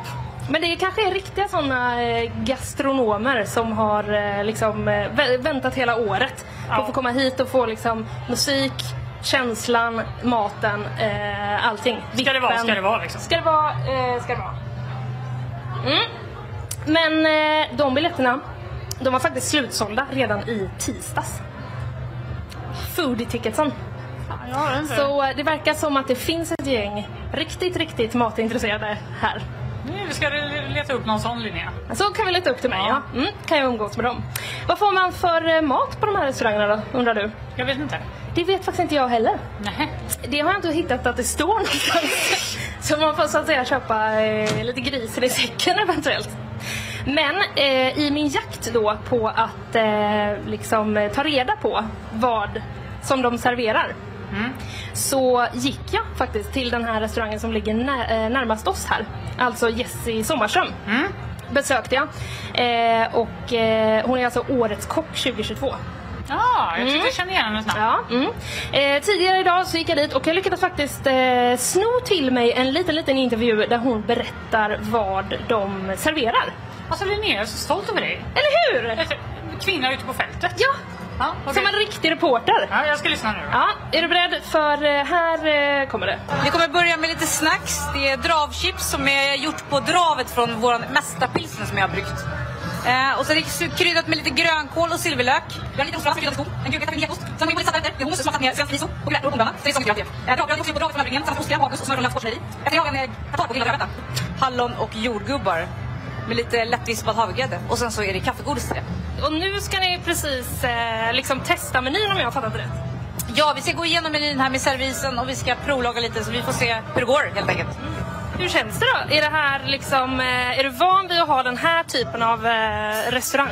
Speaker 2: Men det är kanske är riktiga sådana eh, gastronomer som har eh, liksom, eh, vä- väntat hela året på att
Speaker 3: Ja.
Speaker 2: få komma hit och få liksom, musik, känslan, maten, eh, allting.
Speaker 3: Ska det vara,
Speaker 2: Vippen.
Speaker 3: ska det vara liksom.
Speaker 2: Ska det vara, eh, ska det vara. Mm. Men eh, de biljetterna, de var faktiskt slutsålda redan i tisdags. Foodie-ticketsen.
Speaker 3: Mm. Fan, jag har inte.
Speaker 2: Så eh, det verkar som att det finns ett gäng riktigt, riktigt matintresserade här.
Speaker 3: Nu ska du leta upp någon sån Linnea.
Speaker 2: Så kan vi leta upp till mig, ja.
Speaker 3: Ja.
Speaker 2: Mm, kan jag umgås med dem. Vad får man för eh, mat på de här restaurangerna då, undrar du?
Speaker 3: Jag vet inte.
Speaker 2: Det vet faktiskt inte jag heller.
Speaker 3: Nej.
Speaker 2: Det har jag inte hittat att det står någonstans. Så man får så att säga köpa eh, lite grisen i säcken eventuellt. Men eh, i min jakt då på att eh, liksom eh, ta reda på vad som de serverar.
Speaker 3: Mm.
Speaker 2: Så gick jag faktiskt till den här restaurangen som ligger nä- eh, närmast oss här. Alltså Jessie Sommarström.
Speaker 3: Mm.
Speaker 2: Besökte jag. Eh, och eh, hon är alltså årets kock 2022.
Speaker 3: Ja, jag tyckte jag kände igen hennes namn.
Speaker 2: Ja, mm. eh, tidigare idag så gick jag dit och jag lyckades faktiskt eh, sno till mig en liten, liten intervju där hon berättar vad de serverar.
Speaker 3: Alltså Linnea, jag är så stolt över dig.
Speaker 2: Eller hur?
Speaker 3: Ett- Kvinna ute på fältet.
Speaker 2: Ja,
Speaker 3: Ja, okej.
Speaker 2: som en riktig reporter.
Speaker 3: ja jag ska lyssna nu.
Speaker 2: Ja, är du beredd? För eh, här eh, kommer det.
Speaker 5: Vi kommer börja med lite snacks. Det är dravchips som är gjort på dravet från vår mästarpilsner som jag har bryggt. Eh, och så är det kryddat med lite grönkål och silverlök. Vi har lite ostfrans kryddad skog, en gurka med genost. Sen har vi både saltad rätter, hummus som har med svensk riso och grädde och kornbönor. Så det är som gröt igen. Eh, Dravbröd är också gjort på dravet från Öbringen samt ostkräm, hagelmust och smör och laxkorsnöj Efter det har vi en eh, tartar på grillad rödbeta. Hallon och jordgubbar med lite lättvispad havregrädde. Och sen så är det kaffegodis till det.
Speaker 2: Och nu ska ni precis eh, liksom testa menyn om jag har fattat det rätt.
Speaker 5: Ja, vi ska gå igenom menyn här med servisen och vi ska provlaga lite så vi får se hur det går helt enkelt.
Speaker 2: Hur känns det då? Är det här liksom, eh, är du van vid att ha den här typen av eh, restaurang?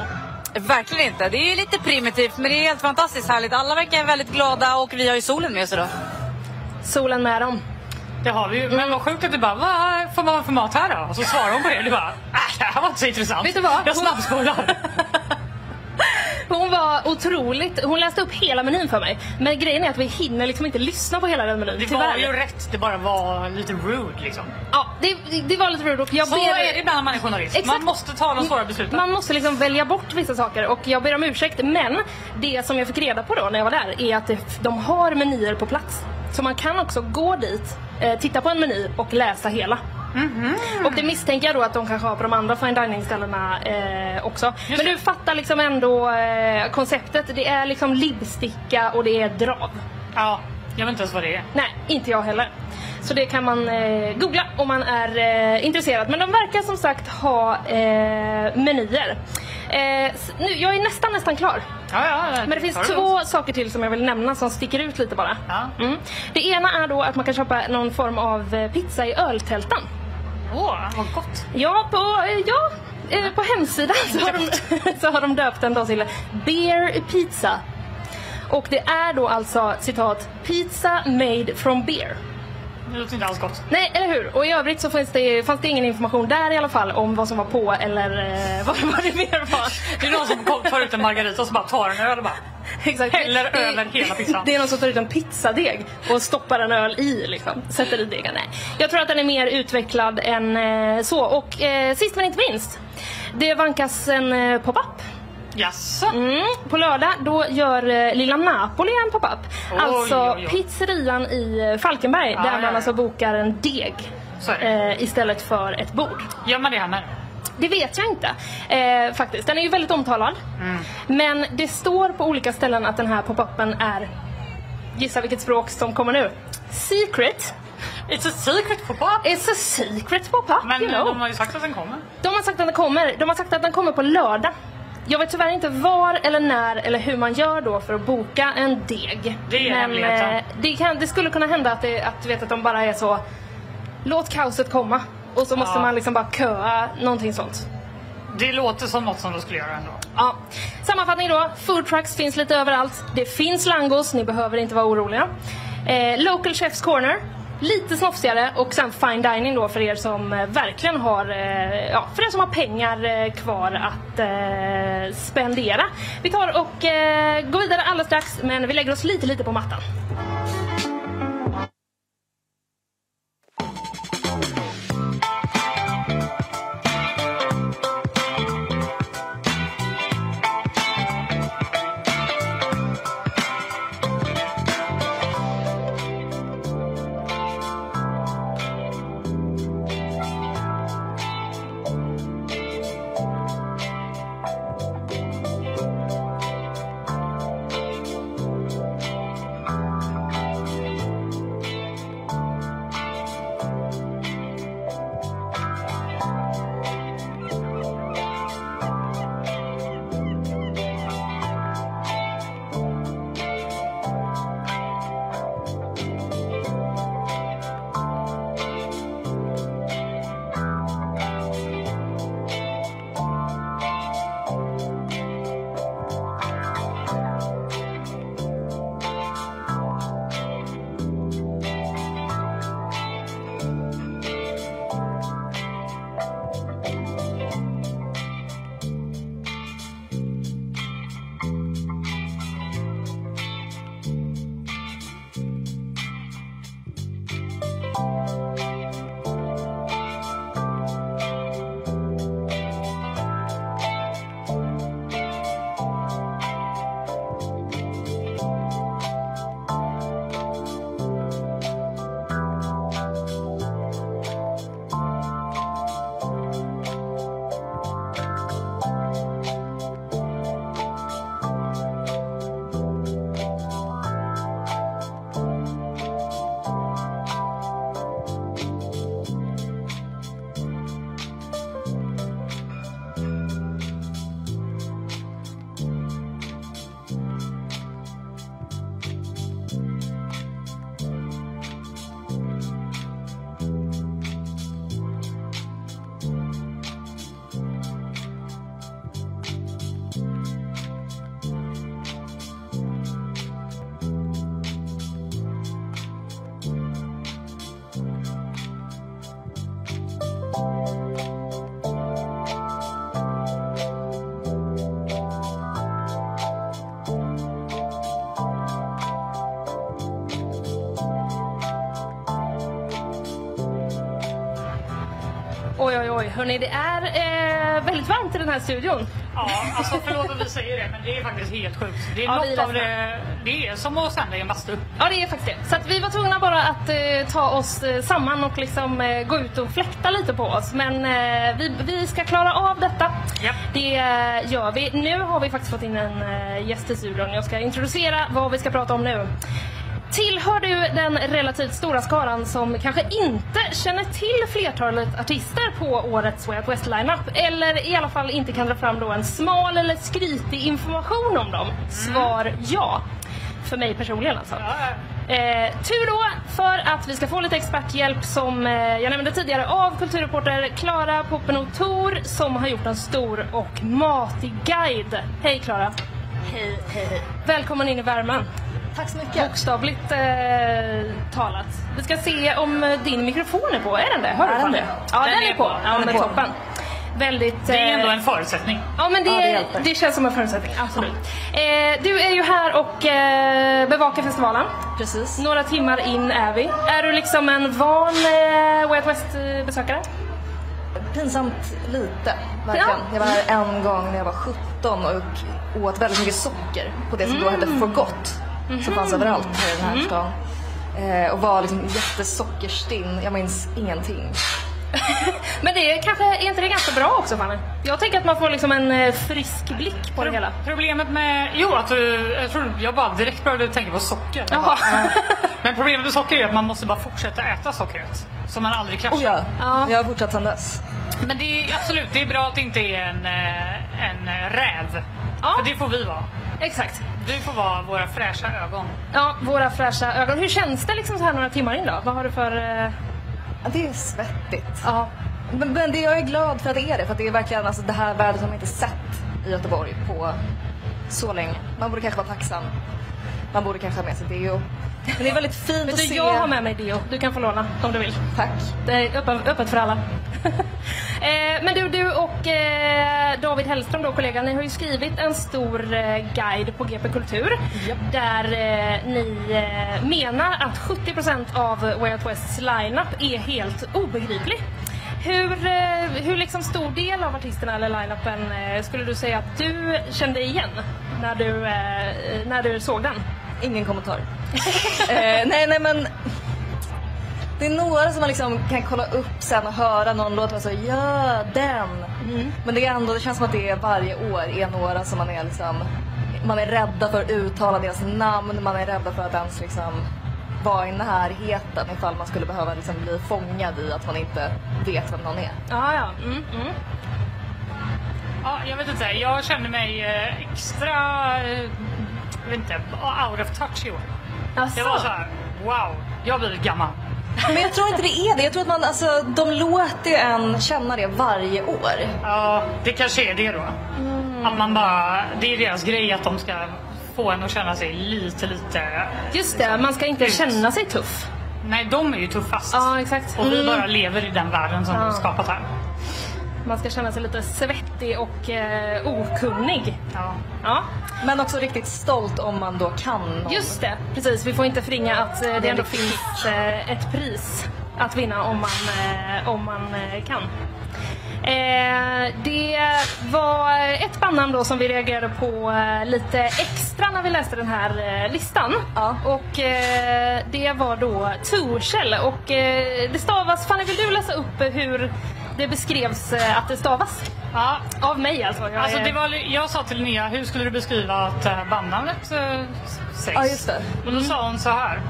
Speaker 5: Verkligen inte. Det är lite primitivt men det är helt fantastiskt härligt. Alla verkar väldigt glada och vi har ju solen med oss idag.
Speaker 2: Solen med dem.
Speaker 3: Det har vi ju. Men vad sjukt att du bara, vad får man för mat här då? Och så svarar hon på det. Du bara, äh, det här var inte så intressant.
Speaker 2: Vet du vad?
Speaker 3: Jag snabbspolar.
Speaker 2: Hon var otroligt, hon läste upp hela menyn för mig. Men grejen är att vi hinner liksom inte lyssna på hela den menyn.
Speaker 3: Det
Speaker 2: tyvärr.
Speaker 3: var ju rätt, det bara var lite rude liksom.
Speaker 2: Ja, det, det var lite rude och jag
Speaker 3: Så
Speaker 2: ber...
Speaker 3: är det ibland när man är journalist.
Speaker 2: Exakt.
Speaker 3: Man måste ta de svåra besluten.
Speaker 2: Man måste liksom välja bort vissa saker och jag ber om ursäkt men det som jag fick reda på då när jag var där är att det- de har menyer på plats. Så man kan också gå dit, eh, titta på en meny och läsa hela. Och det misstänker jag då att de kanske har på de andra fine dining ställena eh, också. Men
Speaker 3: det.
Speaker 2: du fattar liksom ändå eh, konceptet. Det är liksom libbsticka och det är drav.
Speaker 3: Ja, jag vet inte ens vad det är.
Speaker 2: Nej, inte jag heller. Så det kan man eh, googla om man är eh, intresserad. Men de verkar som sagt ha eh, menyer. Eh, s- nu, jag är nästan, nästan klar.
Speaker 3: Ja, ja,
Speaker 2: Men det finns
Speaker 3: tar
Speaker 2: två saker till som jag vill nämna som sticker ut lite bara.
Speaker 3: Ja.
Speaker 2: Mm. Det ena är då att man kan köpa någon form av eh, pizza i öltältan.
Speaker 3: Åh, vad gott.
Speaker 2: Ja, på, eh, ja, eh, på hemsidan så har, de, så har de döpt den då till Beer Pizza. Och det är då alltså citat Pizza made from beer.
Speaker 3: Det låter inte alls gott.
Speaker 2: Nej, eller hur? Och i övrigt så fanns det, fanns det ingen information där i alla fall om vad som var på eller eh, vad, vad det mer var.
Speaker 3: Det är någon som kom- tar ut en margarita och så bara tar en öl och bara...
Speaker 2: Exakt.
Speaker 3: Häller
Speaker 2: Det-
Speaker 3: över hela pizzan.
Speaker 2: Det är någon som tar ut en pizzadeg och stoppar en öl i liksom. Sätter i degen. Nej. Jag tror att den är mer utvecklad än eh, så. Och eh, sist men inte minst. Det vankas en eh, pop-up.
Speaker 3: Jaså?
Speaker 2: Mm. På lördag då gör eh, lilla Napoli en pop-up.
Speaker 3: Oj,
Speaker 2: alltså
Speaker 3: oj, oj.
Speaker 2: pizzerian i eh, Falkenberg
Speaker 3: Ja,
Speaker 2: där
Speaker 3: ja,
Speaker 2: man
Speaker 3: ja.
Speaker 2: alltså bokar en deg
Speaker 3: Så är det.
Speaker 2: eh, istället för ett bord.
Speaker 3: Gör man det här med?
Speaker 2: Det vet jag inte eh, faktiskt. Den är ju väldigt omtalad.
Speaker 3: Mm.
Speaker 2: Men det står på olika ställen att den här pop-upen är, gissa vilket språk som kommer nu, secret.
Speaker 3: It's a secret pop
Speaker 2: It's a secret pop-up, Eh,
Speaker 3: Men
Speaker 2: you know.
Speaker 3: de har ju sagt att den kommer.
Speaker 2: De har sagt att den kommer. De har sagt att den kommer på lördag. Jag vet tyvärr inte var eller när eller hur man gör då för att boka en deg.
Speaker 3: Det är
Speaker 2: Men eh,
Speaker 3: hemligheten.
Speaker 2: det, kan, det skulle kunna hända att, det, att, du vet, att de bara är så, låt kaoset komma. Och så måste
Speaker 3: Ja.
Speaker 2: man liksom bara köa, någonting sånt.
Speaker 3: Det låter som något som de skulle göra ändå.
Speaker 2: Ja. Sammanfattning då, food trucks finns lite överallt. Det finns langos, ni behöver inte vara oroliga. Eh, local Chefs Corner, lite snofsigare och sen fine dining då för er som eh, verkligen har, eh, ja, för er som har pengar eh, kvar att eh, spendera. Vi tar och eh, går vidare alldeles strax men vi lägger oss lite lite på mattan. Oj oj oj, hörni det är eh, väldigt varmt i den här studion.
Speaker 3: Ja, alltså förlåt att vi säger det men det är faktiskt helt sjukt. Det är
Speaker 2: Ja, vi
Speaker 3: något av
Speaker 2: ledsna.
Speaker 3: det, det är som att sända i en bastu.
Speaker 2: Ja det är faktiskt det. Så att vi var tvungna bara att eh, ta oss eh, samman och liksom eh, gå ut och fläkta lite på oss. Men eh, vi, vi ska klara av detta.
Speaker 3: Japp.
Speaker 2: Det eh, gör vi. Nu har vi faktiskt fått in en eh, gäst i studion. Jag ska introducera vad vi ska prata om nu. Tillhör du den relativt stora skaran som kanske inte känner till flertalet artister på årets Way Out West lineup eller i alla fall inte kan dra fram då en smal eller skrytig information om dem? Svar ja. För mig personligen alltså. Eh, tur då för att vi ska få lite experthjälp som eh, jag nämnde tidigare av kulturreporter Klara Poppeno Thor som har gjort en stor och matig guide. Hej Klara!
Speaker 6: Hej, hej, hej.
Speaker 2: Välkommen in i värmen.
Speaker 6: Tack så mycket.
Speaker 2: Bokstavligt eh, talat. Vi ska se om eh, din mikrofon är på. Är den det? Hör
Speaker 6: Är
Speaker 2: du
Speaker 6: den
Speaker 2: på
Speaker 6: det?
Speaker 2: Ja, den, är på. Ja,
Speaker 6: Den
Speaker 2: men
Speaker 6: är på.
Speaker 2: toppen. Väldigt...
Speaker 3: Det är
Speaker 2: eh,
Speaker 3: ändå en förutsättning.
Speaker 2: Ja men det,
Speaker 6: Ja, det
Speaker 2: det,
Speaker 6: hjälper.
Speaker 2: känns som en förutsättning, absolut. Eh, du är ju här och eh, bevakar festivalen.
Speaker 6: Precis.
Speaker 2: Några timmar in är vi. Är du liksom en van eh, Way Out West-besökare?
Speaker 6: Pinsamt lite, verkligen.
Speaker 2: Ja.
Speaker 6: Jag var här en gång när jag var 17 och åt väldigt mycket socker på det som då hette Forgot. Som fanns överallt här i den här stan. Eh, och var liksom jättesockerstinn. Jag minns ingenting.
Speaker 2: Men det är kanske, är inte det ganska bra också Fanny? Jag tänker att man får liksom en eh, frisk blick på det hela.
Speaker 3: Problemet med... Jo, att du, jag, tror, jag bara direkt började tänka på socker. eh.
Speaker 2: Jaha.
Speaker 3: Men problemet med socker är att man måste bara fortsätta äta sockret. Så man aldrig kraschar.
Speaker 6: Oh ja,
Speaker 2: Ja.
Speaker 6: jag har fortsatt sedan dess.
Speaker 3: Men det är absolut, det är bra att det inte är en, eh, en eh, räv.
Speaker 2: Ja.
Speaker 3: För det får vi vara.
Speaker 2: Exakt.
Speaker 3: Du får vara våra fräscha ögon.
Speaker 2: Ja, våra fräscha ögon. Hur känns det liksom så här några timmar in då? Vad har du för... eh,
Speaker 6: Ja, Det är svettigt.
Speaker 2: Ja.
Speaker 6: Men, men det, jag är glad för att det är det, för att det är verkligen alltså, det här världen som jag inte sett i Göteborg på så länge. Man borde kanske vara tacksam. Man borde kanske ha med sig deo. Men det är väldigt fint
Speaker 2: Vet
Speaker 6: att
Speaker 2: du,
Speaker 6: se.
Speaker 2: jag har med mig deo. Du kan få låna om du vill.
Speaker 6: Tack.
Speaker 2: Det är öppen, öppet för alla. eh, men du, du och eh, David Hellström, då, kollegan, ni har ju skrivit en stor eh, guide på GP Kultur där eh, ni eh, menar att 70 av Way Out Wests lineup är helt obegriplig. Hur, eh, hur liksom stor del av artisterna eller line-upen eh, skulle du säga att du kände igen när du, eh, när du såg den?
Speaker 6: Ingen kommentar. eh, nej, nej men. Det är några som man liksom kan kolla upp sen och höra någon låt och så ja, den. Men det är ändå, det känns som att det är varje år är några som man är liksom, man är rädda för att uttala deras namn, man är rädda för att ens liksom vara i närheten ifall man skulle behöva liksom bli fångad i att man inte vet vem någon är.
Speaker 2: Ah, ja, mm, mm.
Speaker 3: Ja, jag vet inte, jag känner mig eh, extra... eh, Jag vet inte, out of touch i år. Det var så här, wow, jag blir gammal.
Speaker 6: Men jag tror inte det är det, jag tror att man, alltså de låter ju en känna det varje år.
Speaker 3: Ja, det kanske är det då.
Speaker 2: Mm.
Speaker 3: Att man bara, det är deras grej att de ska få en att känna sig lite, lite...
Speaker 2: Just det, man ska inte
Speaker 3: Ut.
Speaker 2: känna sig tuff.
Speaker 3: Nej, de är ju tuffast.
Speaker 2: Ja, exakt.
Speaker 3: Och vi
Speaker 2: Mm.
Speaker 3: bara lever i den världen som
Speaker 2: Ja.
Speaker 3: de skapat här.
Speaker 2: Man ska känna sig lite svettig och eh, okunnig.
Speaker 3: Ja.
Speaker 2: Ja,
Speaker 6: Men också riktigt stolt om man då kan någon.
Speaker 2: just det. Precis, vi får inte förringa att eh, det ändå finns eh, ett pris att vinna om man, eh, om man eh, kan. Eh, det var ett bandnamn då som vi reagerade på eh, lite extra när vi läste den här eh, listan.
Speaker 6: Ja.
Speaker 2: Och eh, det var då Torshäll och eh, det stavas, Fanny vill du läsa upp eh, hur det beskrevs eh, att det stavas?
Speaker 3: ja.
Speaker 2: Av mig alltså. Jag
Speaker 3: Alltså
Speaker 2: är-
Speaker 3: det var, jag sa till Linnea, hur skulle du beskriva att eh, bandnamnet eh, sägs?
Speaker 6: Ja, just det. Mm.
Speaker 3: Och då sa hon så här.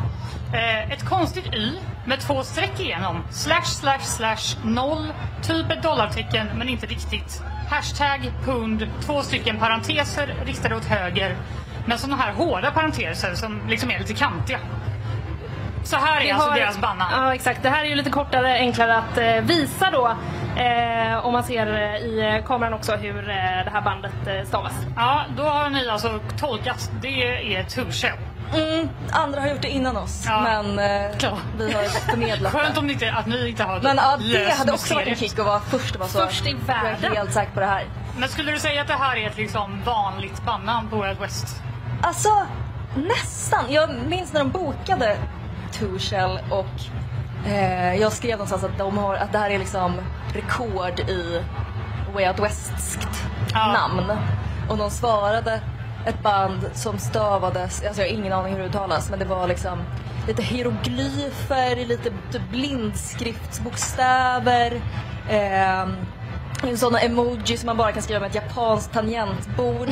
Speaker 3: Eh, ett konstigt y med två streck igenom. Slash, slash, slash, noll. Typ ett dollartecken, men inte riktigt. Hashtag, pund, två stycken parenteser riktade åt höger. Men sådana här hårda parenteser som liksom är lite kantiga. Så här är
Speaker 2: Vi
Speaker 3: alltså
Speaker 2: har-
Speaker 3: deras bandnamn.
Speaker 2: Ja, exakt. Det här är ju lite kortare, enklare att eh, visa då. Eh, om man ser eh, i eh, kameran också hur eh, det här bandet eh, stavas.
Speaker 3: Ja, då har ni alltså tolkat. Det är turkäll.
Speaker 6: Mm, andra har gjort det innan oss,
Speaker 3: Ja.
Speaker 6: men eh,
Speaker 3: Klart.
Speaker 6: vi har förmedlat
Speaker 3: Skönt
Speaker 6: det.
Speaker 3: om ni inte, att ni inte har
Speaker 6: Men ja, det
Speaker 3: löst
Speaker 6: hade också varit en
Speaker 3: mysteriet.
Speaker 6: kick att vara först och bara så.
Speaker 2: Först i
Speaker 6: Jag
Speaker 2: världen.
Speaker 6: är helt säker på det här.
Speaker 3: Men skulle du säga att det här är ett liksom vanligt bandnamn på Wild West?
Speaker 6: Alltså, nästan. Jag minns när de bokade Torshäll och eh, jag skrev någonstans att, de har, att det här är liksom rekord i Way Out Westskt
Speaker 3: Ja.
Speaker 6: namn. Och de svarade ett band som stavades, alltså jag har ingen aning hur det uttalas, men det var liksom lite hieroglyfer, lite typ blindskriftsbokstäver. Eh, sådana emojis som man bara kan skriva med ett japanskt tangentbord.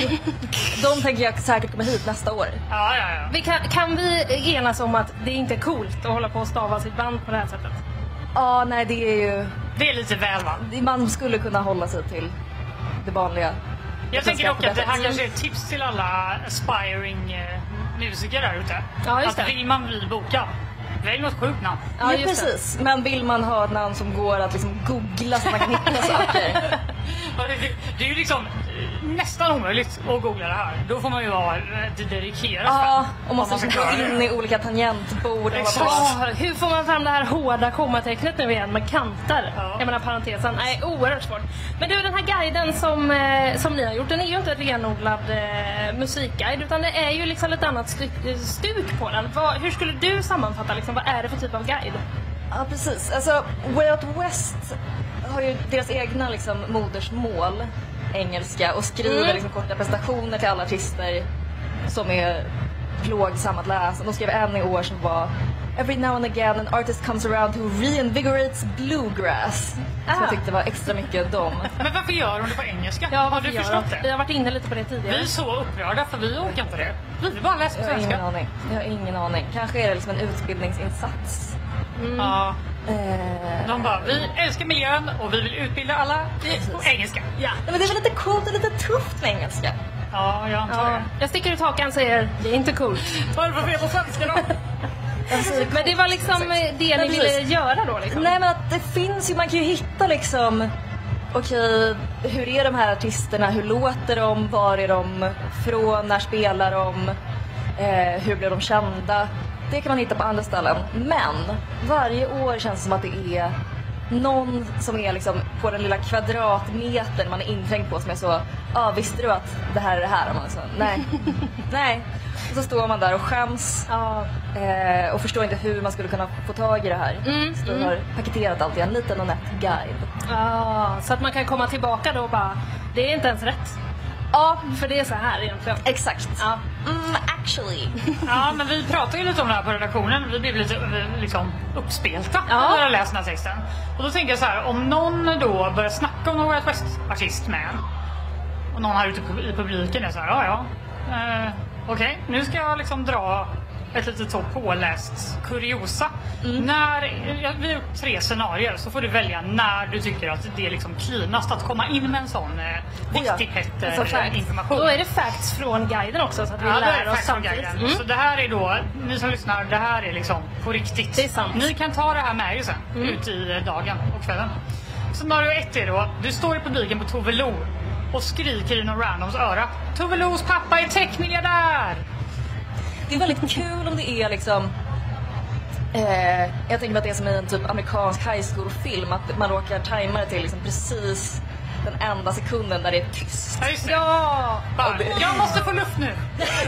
Speaker 6: de tänker jag säkert komma hit nästa år.
Speaker 3: Ja, ja, ja.
Speaker 2: Vi kan, kan vi enas om att det inte är coolt att hålla på och stava sitt band på det här sättet?
Speaker 6: Ja, nej det är ju...
Speaker 3: Det är lite väl va?
Speaker 6: Man skulle kunna hålla sig till det vanliga.
Speaker 3: Jag tänker
Speaker 6: ska
Speaker 3: dock att det här
Speaker 6: förbättra.
Speaker 3: kanske är ett tips till alla aspiring eh, musiker där ute.
Speaker 2: Ja, just
Speaker 3: att
Speaker 2: det.
Speaker 3: vill man bli bokad, välj något sjukt namn.
Speaker 6: Ja,
Speaker 2: just det.
Speaker 6: precis. Men vill man ha ett namn som går att liksom googla så man kan hitta saker.
Speaker 3: Ja, det- det- Det är ju liksom eh, nästan omöjligt att googla det här. Då får man ju vara eh, dedikerad
Speaker 6: Ja,
Speaker 3: fan,
Speaker 6: och
Speaker 3: Ah, om
Speaker 6: måste
Speaker 3: man ska
Speaker 6: liksom
Speaker 3: klara
Speaker 6: gå
Speaker 3: det.
Speaker 6: in i olika tangentbord. och hålla på.
Speaker 3: Exakt.
Speaker 2: Åh, hur får man fram det här hårda kommatecknet nu igen med kanter?
Speaker 3: Ja.
Speaker 2: Jag menar parentesen. Nej, oerhört svårt. Men du, den här guiden som, eh, som ni har gjort, den är ju inte en renodlad eh, musikguide utan det är ju liksom lite annat styck- stuk på den. Vad, hur skulle du sammanfatta, liksom, vad är det för typ av guide?
Speaker 6: Ja, precis. Alltså, Way Out West har ju deras egna liksom, modersmål, engelska, och skriver
Speaker 2: Mm.
Speaker 6: liksom, korta presentationer till alla artister som är plågsamma att läsa. De skrev en i år som var every now and again an artist comes around who reinvigorates bluegrass. Så
Speaker 2: Ah.
Speaker 6: jag tyckte det var extra mycket dem.
Speaker 3: Men varför gör hon det på engelska?
Speaker 2: Ja,
Speaker 3: har du
Speaker 2: vi gör
Speaker 3: förstått
Speaker 2: Vi
Speaker 3: det?
Speaker 2: har varit inne lite på det
Speaker 3: Vi är
Speaker 2: tidigare.
Speaker 3: så upprörda för vi orkar inte det. Vi bara läser på
Speaker 6: Jag har ingen
Speaker 3: svenska.
Speaker 6: aning. Jag har ingen aning. Kanske är det liksom en utbildningsinsats.
Speaker 3: Ja,
Speaker 6: Eh,
Speaker 3: de bara, vi älskar miljön och vi vill utbilda alla i, på engelska. Ja,
Speaker 6: nej, men det är väl lite coolt och lite tufft med engelska.
Speaker 3: ja jag antar
Speaker 2: Ja,
Speaker 3: det.
Speaker 2: jag sticker ut hakan och säger det är inte coolt.
Speaker 3: Vad är det för fel på svenska då?
Speaker 6: Alltså,
Speaker 2: Men det var liksom eh, det ni
Speaker 6: Men
Speaker 2: ville
Speaker 6: precis.
Speaker 2: göra då liksom?
Speaker 6: Nej men att det finns ju, man kan ju hitta liksom Okej, hur är de här artisterna? Hur låter de? Var är de från? När spelar de? Eh, hur blev de kända? Det kan man hitta på andra ställen. Men varje år känns det som att det är någon som är liksom på den lilla kvadratmetern man är inträngd på som är så, ja ah, visste du att det här är det här? Och man är så, nej, nej. Och så står man där och skäms.
Speaker 2: Ja.
Speaker 6: Eh, och förstår inte hur man skulle kunna få tag i det här.
Speaker 2: Mm,
Speaker 6: så vi
Speaker 2: mm.
Speaker 6: har paketerat allt i en liten och nätt guide.
Speaker 2: Ah, så att man kan komma tillbaka då och bara det är inte ens rätt. Ja, för det är så här egentligen.
Speaker 6: Exakt.
Speaker 2: Ja.
Speaker 6: Mm, actually.
Speaker 3: Ja, men vi pratade ju lite om det här på redaktionen. Vi blev lite eh, liksom, uppspelta
Speaker 2: Ja.
Speaker 3: när vi hade läst den här texten. Och då tänkte jag så här, om någon då börjar snacka om någon West-artist med en, och någon här ute i pub- i publiken är så här, ja ja, eh, okej, nu ska jag liksom dra ett litet så påläst kuriosa.
Speaker 2: Mm.
Speaker 3: När, ja, vi har gjort tre scenarier så får du välja när du tycker att det är liksom cleanast att komma in med en sån eh,
Speaker 6: Oh ja,
Speaker 3: viktig pet,
Speaker 6: en sån
Speaker 3: eh,
Speaker 6: fact.
Speaker 3: information.
Speaker 2: Alltså, Då är det facts från guiden också så att vi
Speaker 3: Ja, det är
Speaker 2: lär oss
Speaker 3: faktiskt
Speaker 2: samtidigt.
Speaker 3: guiden.
Speaker 2: Mm.
Speaker 3: Så det här är då, ni som lyssnar, det här är liksom på riktigt.
Speaker 2: Det är sant.
Speaker 3: Ni kan ta det här med er sen, ut i eh, dagen och kvällen. Scenario ett är då, du står i publiken på Tove Lo och skriker i någon randoms öra. Tove Los pappa är techmiljardär!
Speaker 6: Det är väldigt kul om det är liksom Eh, jag tänker mig att det är som i en typ amerikansk high school-film att man råkar tajma det till liksom precis den enda sekunden där det är tyst.
Speaker 3: Ja, just det. ja. Bara, Jag måste få luft nu!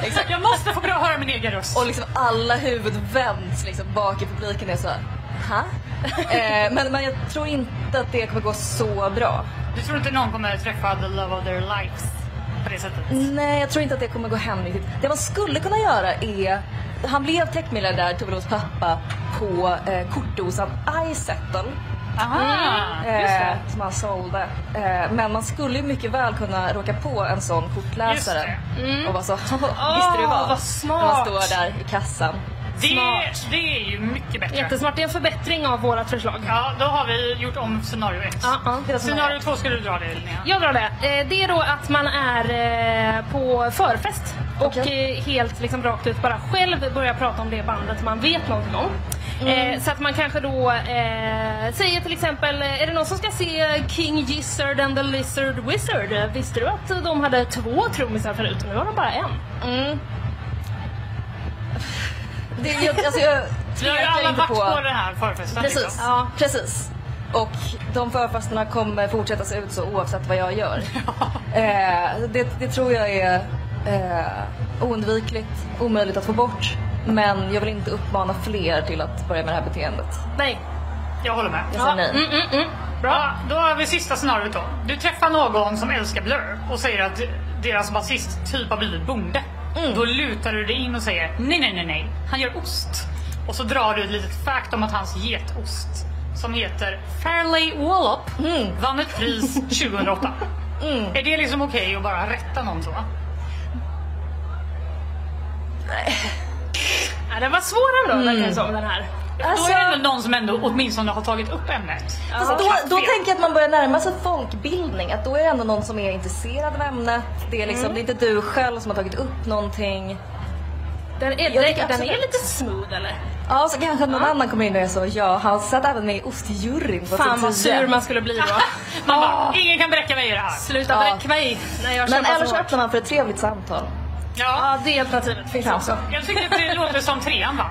Speaker 6: Exakt.
Speaker 3: Jag måste få bra höra min egen röst.
Speaker 6: Och liksom alla huvud vänds liksom bak i publiken är så här, ha? Eh, men, men jag tror inte att det kommer gå så bra.
Speaker 3: Du tror inte någon kommer träffa the love of their lives på det sättet?
Speaker 6: Nej, jag tror inte att det kommer gå hem riktigt. Det man skulle kunna göra är... Han blev techmiljardär, Tove Los pappa, på eh, kortdosan iSettle.
Speaker 3: Aha, just det.
Speaker 6: Eh, som han sålde. Eh, men man skulle ju mycket väl kunna råka på en sån kortläsare.
Speaker 3: Just Mm.
Speaker 6: Och vara så, visste du vad?
Speaker 2: vad smart.
Speaker 6: När Man står där i kassan.
Speaker 3: Det,
Speaker 2: Smart.
Speaker 3: det är ju mycket bättre.
Speaker 2: Jättesmart, det är en förbättring av vårat förslag.
Speaker 3: Ja, då har vi gjort om scenario ett.
Speaker 2: Ja, ja.
Speaker 6: Det var som
Speaker 3: Scenario två ska du dra det Linnea.
Speaker 2: Jag drar det. Eh, Det är då att man är eh, på förfest och
Speaker 6: Okej.
Speaker 2: eh, helt liksom rakt ut bara själv börjar prata om det bandet man vet någonting om.
Speaker 6: Mm.
Speaker 2: Eh, så att man kanske då eh, säger till exempel, eh, är det någon som ska se King Gizzard and the Lizard Wizard? Eh, Visste du att de hade två trummisar förut och nu har de bara en?
Speaker 6: Mm. Det, jag, alltså, jag,
Speaker 3: Vi har ju
Speaker 6: tvekar
Speaker 3: alla
Speaker 6: inte
Speaker 3: varit på, den här förfesten.
Speaker 6: Precis.
Speaker 3: Liksom.
Speaker 6: Ja. Precis. Och de förfesterna kommer fortsätta se ut så oavsett vad jag gör. eh, det, det tror jag är eh, oundvikligt, omöjligt att få bort. Men jag vill inte uppmana fler till att börja med det här beteendet.
Speaker 2: Nej.
Speaker 3: Jag håller med.
Speaker 6: Jag säger nej.
Speaker 2: Mm, mm, mm.
Speaker 3: Bra. Ja, då har vi sista scenariot då. Du träffar någon som älskar Blur och säger att deras basist typ har blivit bonde. Då lutar du dig in och säger nej, nej, nej, nej. Han gör ost. Och så drar du ett litet fact om att hans getost som heter Fairley Wallop
Speaker 6: mm.
Speaker 3: vann ett pris 2008. Är det liksom okej att bara rätta någon så?
Speaker 2: Ja, den var svår ändå
Speaker 6: Mm.
Speaker 2: verkar det som den här.
Speaker 6: Alltså,
Speaker 3: Då är det väl någon som ändå åtminstone har tagit upp ämnet. Alltså,
Speaker 6: fast då, då tänker jag att man börjar närma sig folkbildning. Att då är det ändå någon som är intresserad av ämnet. Det är, liksom, det är inte du själv som har tagit upp någonting.
Speaker 2: Den är,
Speaker 6: tycker
Speaker 2: den, den är
Speaker 6: absolut.
Speaker 2: lite smooth eller?
Speaker 6: Ja, så kanske någon annan kommer in och är så. Ja, han satt även med i ostjuryn
Speaker 2: Fan vad
Speaker 6: 2010."
Speaker 2: sur man skulle bli då.
Speaker 3: Man bara, ingen kan bräcka mig i det här.
Speaker 2: Sluta
Speaker 6: Ja.
Speaker 2: bräck mig när jag
Speaker 6: Men
Speaker 2: kämpar
Speaker 6: eller
Speaker 2: så
Speaker 6: så
Speaker 2: hårt.
Speaker 6: öppnar man för ett trevligt samtal.
Speaker 3: Ja,
Speaker 2: Ja, det alternativet finns
Speaker 6: Kanske.
Speaker 2: också.
Speaker 3: jag tycker att det låter som trean va?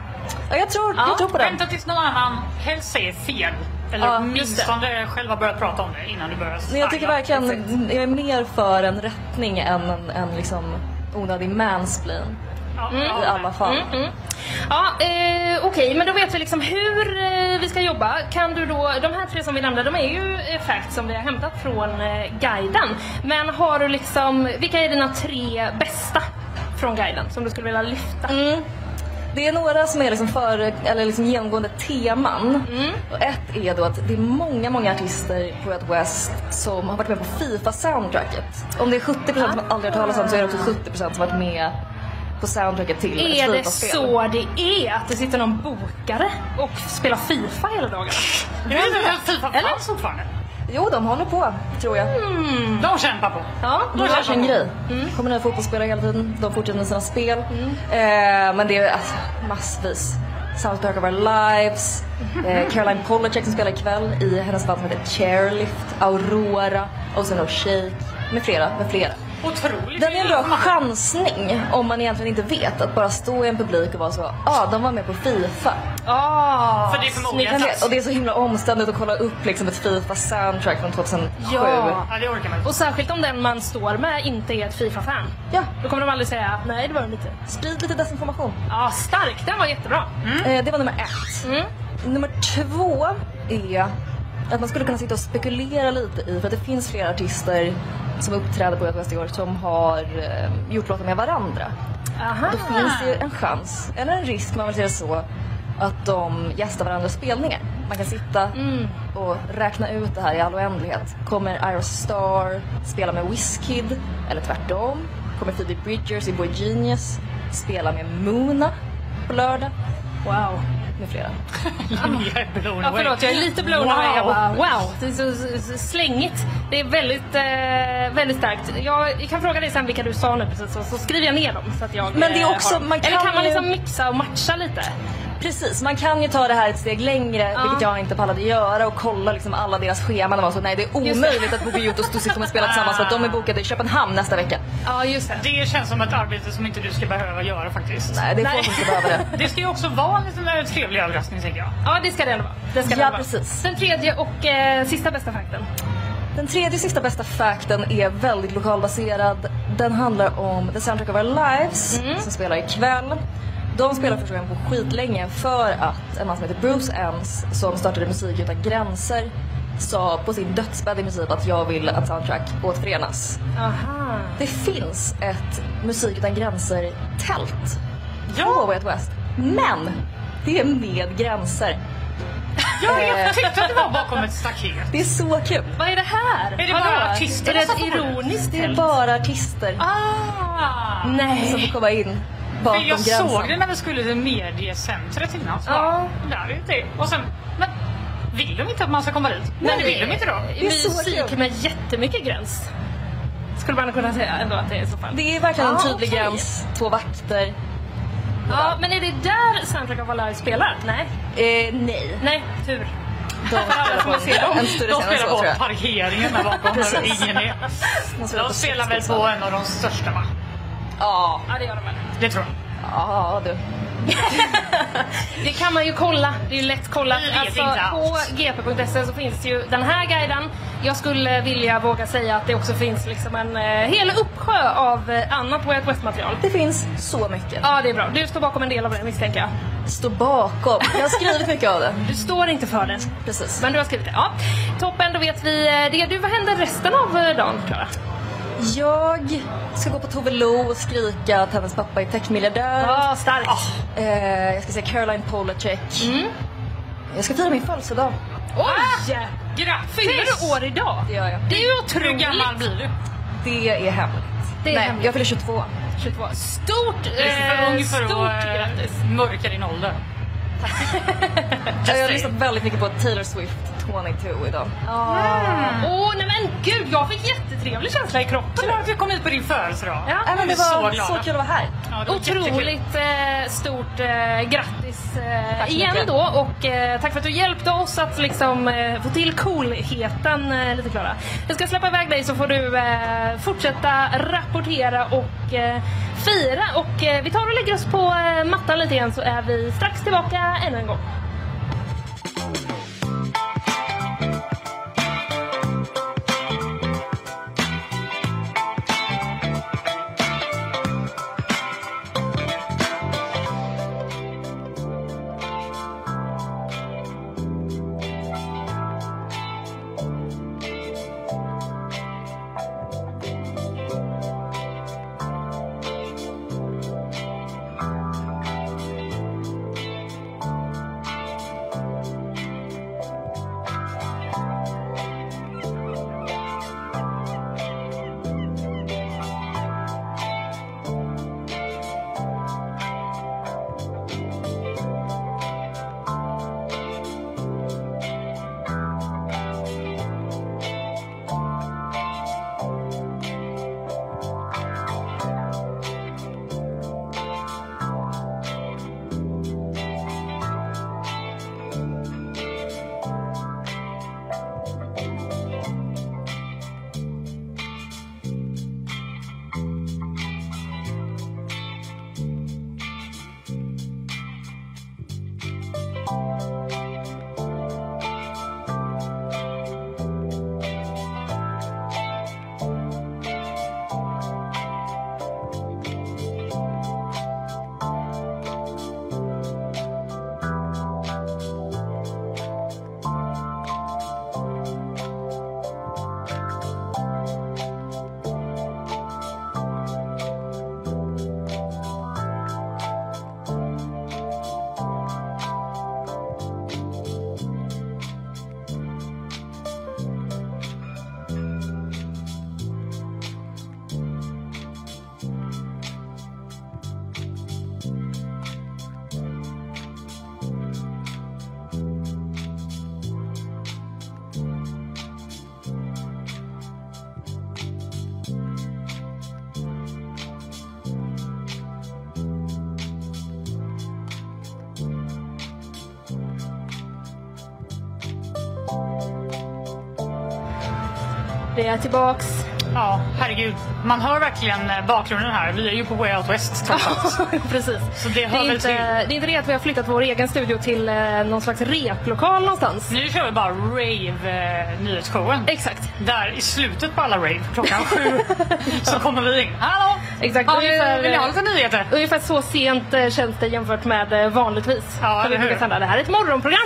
Speaker 6: Ja, jag, tror, jag tror på den.
Speaker 3: Vänta tills någon annan helst säger fel. Eller
Speaker 6: Ja, just det.
Speaker 3: åtminstone själv har börjat prata om det innan du börjar
Speaker 6: Men jag tycker
Speaker 3: svajla.
Speaker 6: verkligen jag är mer för en rättning än en, en liksom onödig mansplain.
Speaker 3: Ja,
Speaker 6: I
Speaker 3: ja.
Speaker 6: alla fall.
Speaker 2: Mm, mm. Ja, eh, okej, men då vet vi liksom hur eh, vi ska jobba. Kan du då, de här tre som vi nämnde, de är ju eh, facts som vi har hämtat från eh, guiden. Men har du liksom, vilka är dina tre bästa från guiden som du skulle vilja lyfta?
Speaker 6: Mm. Det är några som är liksom för, eller liksom genomgående teman.
Speaker 2: Mm.
Speaker 6: Och ett är då att det är många, många artister på Red West som har varit med på Fifa-soundtracket. Om det är 70% som aldrig har hört talas om så är det också 70% som har varit med på soundtracket till ett
Speaker 2: Är det
Speaker 6: Fifa-spel.
Speaker 2: så det är? Att det sitter någon bokare och spelar Fifa hela dagarna?
Speaker 3: Det är väl Fifa-fans fortfarande?
Speaker 6: Jo, de håller på, tror jag.
Speaker 3: De kämpar på.
Speaker 2: Ja,
Speaker 6: De gör sin
Speaker 3: på.
Speaker 6: grej.
Speaker 2: Mm.
Speaker 6: kommer nya fotbollsspelare hela tiden. De fortsätter med sina spel. Eh, men det är alltså, massvis. South Park of Our Lives. Eh, Caroline Polachek som spelar ikväll i hennes band som heter Chairlift. Aurora. Ocean No Shake. Med flera, med flera.
Speaker 3: Otroligt.
Speaker 6: Den är en bra chansning om man egentligen inte vet. Att bara stå i en publik och vara så. Ja, ah, de var med på Fifa.
Speaker 2: Ah,
Speaker 3: För det är förmodligen
Speaker 2: snyggt.
Speaker 6: Och det är så himla omständigt att kolla upp liksom ett Fifa-soundtrack från 2007.
Speaker 2: Ja.
Speaker 3: Ja, det orkar man inte.
Speaker 2: Och särskilt om den man står med inte är ett Fifa-fan.
Speaker 6: ja.
Speaker 2: Då kommer de aldrig säga nej, det var de inte.
Speaker 6: Sprid lite desinformation.
Speaker 2: Ja, stark. Den var jättebra.
Speaker 6: Eh, det var nummer ett.
Speaker 2: Mm.
Speaker 6: Nummer två är att man skulle kunna sitta och spekulera lite i för att det finns flera artister som uppträder på Göteborgs i år som har eh, gjort låtar med varandra.
Speaker 2: Aha.
Speaker 6: Då finns det ju en chans, eller en risk man vill säga så, att de gästar varandras spelningar. Man kan sitta
Speaker 2: Mm.
Speaker 6: och räkna ut det här i all oändlighet. Kommer Ira Star spela med Wizkid eller tvärtom? Kommer Phoebe Bridgers i Boy Genius spela med Muna på lördag?
Speaker 2: Wow.
Speaker 6: Med flera. Mm.
Speaker 3: Jag är blown
Speaker 2: Ja,
Speaker 3: away.
Speaker 2: förlåt, jag är lite blown
Speaker 3: Wow.
Speaker 2: away. Jag bara, wow, det är så, så, så slängigt. Det är väldigt, eh, väldigt starkt. Jag kan fråga dig sen vilka du sa nu precis, så, så skriver jag ner dem. Så att jag,
Speaker 6: Men det är
Speaker 2: eh, har
Speaker 6: också-
Speaker 2: dem.
Speaker 6: man
Speaker 2: Eller
Speaker 6: kan
Speaker 2: kan man
Speaker 6: ju-
Speaker 2: liksom mixa och matcha lite?
Speaker 6: Precis, man kan ju ta det här ett steg längre, vilket jag inte pallade göra och kolla liksom alla deras scheman och vara så nej det är
Speaker 2: det.
Speaker 6: omöjligt att Boobie och Stussy kommer spela tillsammans för att de är bokade i Köpenhamn nästa vecka.
Speaker 2: Ja, just det.
Speaker 3: Det känns som ett arbete som inte du ska behöva göra faktiskt.
Speaker 6: Nej, det är få som ska behöva det.
Speaker 3: Det ska ju också vara en liten eh, trevlig överraskning tänker jag.
Speaker 2: Ja, det ska det ändå vara. Det ska det
Speaker 6: Ja,
Speaker 2: ändå vara.
Speaker 6: precis.
Speaker 2: Den tredje och eh, sista bästa fakten.
Speaker 6: Den tredje sista bästa fakten är väldigt lokalbaserad. Den handlar om The Soundtrack of Our Lives som spelar ikväll. De spelar första gången på skitlänge för att en man som heter Bruce Ends som startade Musik utan gränser sa på sin dödsbädd i princip att jag vill att Soundtrack återförenas.
Speaker 2: Aha.
Speaker 6: Det finns ett Musik utan gränser-tält på Way Out West. Men det är med gränser.
Speaker 3: Ja, jag tyckte att det var bakom ett staket.
Speaker 6: Det är så kul.
Speaker 2: Vad är det här?
Speaker 3: Är det
Speaker 2: Vadå?
Speaker 3: bara artisterna
Speaker 2: Är det
Speaker 3: som
Speaker 2: ett
Speaker 3: får det?
Speaker 2: ironiskt
Speaker 6: Det är
Speaker 2: tält?
Speaker 6: bara artister
Speaker 3: Ah!
Speaker 6: som
Speaker 2: Nej.
Speaker 6: får komma in
Speaker 3: För
Speaker 6: bakom
Speaker 3: jag
Speaker 6: gränsen.
Speaker 3: såg det när vi skulle till mediecentret innan. Så
Speaker 2: Ja.
Speaker 3: ja. Där är det. Och sen, men vill de inte att man ska komma dit? Men det vill de inte då.
Speaker 2: Det är
Speaker 6: så
Speaker 2: musik
Speaker 6: kul.
Speaker 2: med jättemycket gräns. Skulle man kunna säga ändå att det är i så fall.
Speaker 6: Det är verkligen en
Speaker 2: Ja,
Speaker 6: tydlig
Speaker 2: Ah, okej.
Speaker 6: gräns, två vakter.
Speaker 2: Ja, men är det där Soundtrack of Our Lives spelar? Nej.
Speaker 6: Eh, nej,
Speaker 2: Nej, tur.
Speaker 6: de spelar
Speaker 3: Får vi se,
Speaker 6: på en
Speaker 3: De,
Speaker 6: större
Speaker 3: de
Speaker 6: scen
Speaker 3: spelar
Speaker 6: än så tror
Speaker 3: på
Speaker 6: jag.
Speaker 3: parkeringen där bakom. och Ingen är.
Speaker 6: De spelar
Speaker 3: De
Speaker 6: på
Speaker 3: spelar väl
Speaker 6: sex
Speaker 3: på
Speaker 6: band.
Speaker 3: en av de största va?
Speaker 6: Ja,
Speaker 2: Ja, det gör de väl.
Speaker 3: Det tror jag.
Speaker 6: Ah, ja du.
Speaker 2: Det kan man ju kolla. Det är ju lätt kollat.
Speaker 3: Vi vet
Speaker 2: Alltså,
Speaker 3: inte
Speaker 2: på
Speaker 3: allt.
Speaker 2: gp.se så finns ju den här guiden. Jag skulle vilja våga säga att det också finns liksom en eh, hel uppsjö av eh, annat Way Out West-material.
Speaker 6: Det finns så mycket.
Speaker 2: Ja, det är bra. Du står bakom en del av det misstänker jag.
Speaker 6: Stå bakom. Jag har skrivit mycket av det.
Speaker 2: Du står inte för det.
Speaker 6: Precis.
Speaker 2: Men du har skrivit det. Ja. Toppen, då vet vi eh, det. Du, vad händer resten av eh, dagen, Klara?
Speaker 6: Jag ska gå på Tove Lo och skrika att hennes pappa är techmiljardär.
Speaker 2: Ja, starkt.
Speaker 6: Eh, jag ska se Caroline Polachek.
Speaker 2: Mm.
Speaker 6: Jag ska fira min födelsedag.
Speaker 2: Oj!
Speaker 3: Ah, Grattis!
Speaker 2: Fyller du år idag?
Speaker 6: Det gör jag.
Speaker 2: Det är ju
Speaker 3: Hur gammal
Speaker 2: otroligt.
Speaker 3: blir du?
Speaker 6: Det är hemligt.
Speaker 2: Det är
Speaker 6: Nej,
Speaker 2: hemligt.
Speaker 6: jag fyller 22.
Speaker 2: 22. Stort,
Speaker 3: Du är för
Speaker 2: eh,
Speaker 3: ung för
Speaker 2: stort
Speaker 3: att
Speaker 2: grattis.
Speaker 3: eh, mörka din ålder.
Speaker 6: Jag har lyssnat väldigt mycket på Taylor Swift 22 idag.
Speaker 2: Åh nej men gud, jag fick jättetrevlig känsla i kroppen.
Speaker 3: Klart du kom hit på din födelsedag.
Speaker 2: Ja.
Speaker 6: Äh, men det
Speaker 3: Vi är så
Speaker 6: var så,
Speaker 3: glada.
Speaker 6: så kul att vara här.
Speaker 3: Ja, det var jättekul.
Speaker 2: Otroligt eh, stort eh, grattis eh,
Speaker 6: Tack så
Speaker 2: igen
Speaker 6: mycket.
Speaker 2: då och eh, tack för att du hjälpte oss att liksom, eh, få till coolheten eh, lite Klara. Jag ska släppa iväg dig så får du eh, fortsätta rapportera och eh, fira och eh, vi tar och lägger oss på eh, mattan lite igen så är vi strax tillbaka ännu en gång. Vi är tillbaks.
Speaker 3: Ja, herregud. Man hör verkligen eh, bakgrunden här. Vi är ju på Way Out West trots allt.
Speaker 2: Precis.
Speaker 3: Så det
Speaker 2: Det
Speaker 3: hör
Speaker 2: är,
Speaker 3: väl
Speaker 2: inte,
Speaker 3: till.
Speaker 2: det är inte det att vi har flyttat vår egen studio till eh, någon slags replokal någonstans.
Speaker 3: Nu kör vi bara rave-nyhetsshowen.
Speaker 2: Exakt.
Speaker 3: Där i slutet på alla rave, klockan sju, så kommer vi in. Hallå!
Speaker 2: Exakt,
Speaker 3: Ja,
Speaker 2: ungefär,
Speaker 3: vill ni ha
Speaker 2: eh,
Speaker 3: lite nyheter?
Speaker 2: Ungefär så sent eh, känns det jämfört med eh, vanligtvis. som
Speaker 3: Ja,
Speaker 2: vi
Speaker 3: eller hur?
Speaker 2: brukar sända. Det här är ett morgonprogram.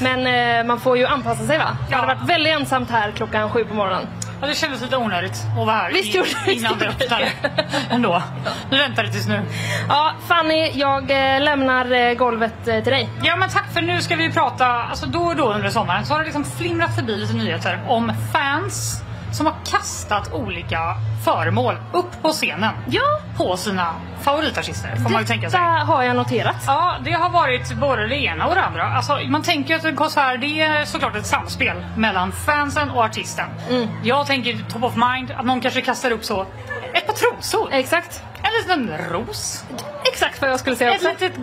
Speaker 2: Men eh, man får ju anpassa sig va? Det
Speaker 3: Ja.
Speaker 2: hade varit väldigt ensamt här klockan sju på morgonen.
Speaker 3: Ja, det kändes lite onödigt att vara här
Speaker 2: Visst
Speaker 3: i-
Speaker 2: gjorde det,
Speaker 3: innan
Speaker 2: visst
Speaker 3: det
Speaker 2: gjorde
Speaker 3: öppnade. Ändå. Vi väntade tills nu.
Speaker 2: Ja, Fanny, jag eh, lämnar eh, golvet eh, till dig.
Speaker 3: Ja men tack för nu ska vi prata, alltså då och då under sommaren så har det liksom flimrat förbi lite nyheter om fans som har kastat olika föremål upp på scenen.
Speaker 2: Ja.
Speaker 3: På sina favoritartister får man ju tänka
Speaker 2: Detta
Speaker 3: sig.
Speaker 2: har jag noterat.
Speaker 3: Ja, det har varit både det ena och det andra. Alltså, man tänker att en konsert det är såklart ett samspel mellan fansen och artisten.
Speaker 2: Mm.
Speaker 3: Jag tänker top of mind, att någon kanske kastar upp så ett par trosor.
Speaker 2: Exakt.
Speaker 3: En liten ros.
Speaker 2: Exakt vad jag skulle säga
Speaker 3: Ett
Speaker 2: också. Mm.
Speaker 3: litet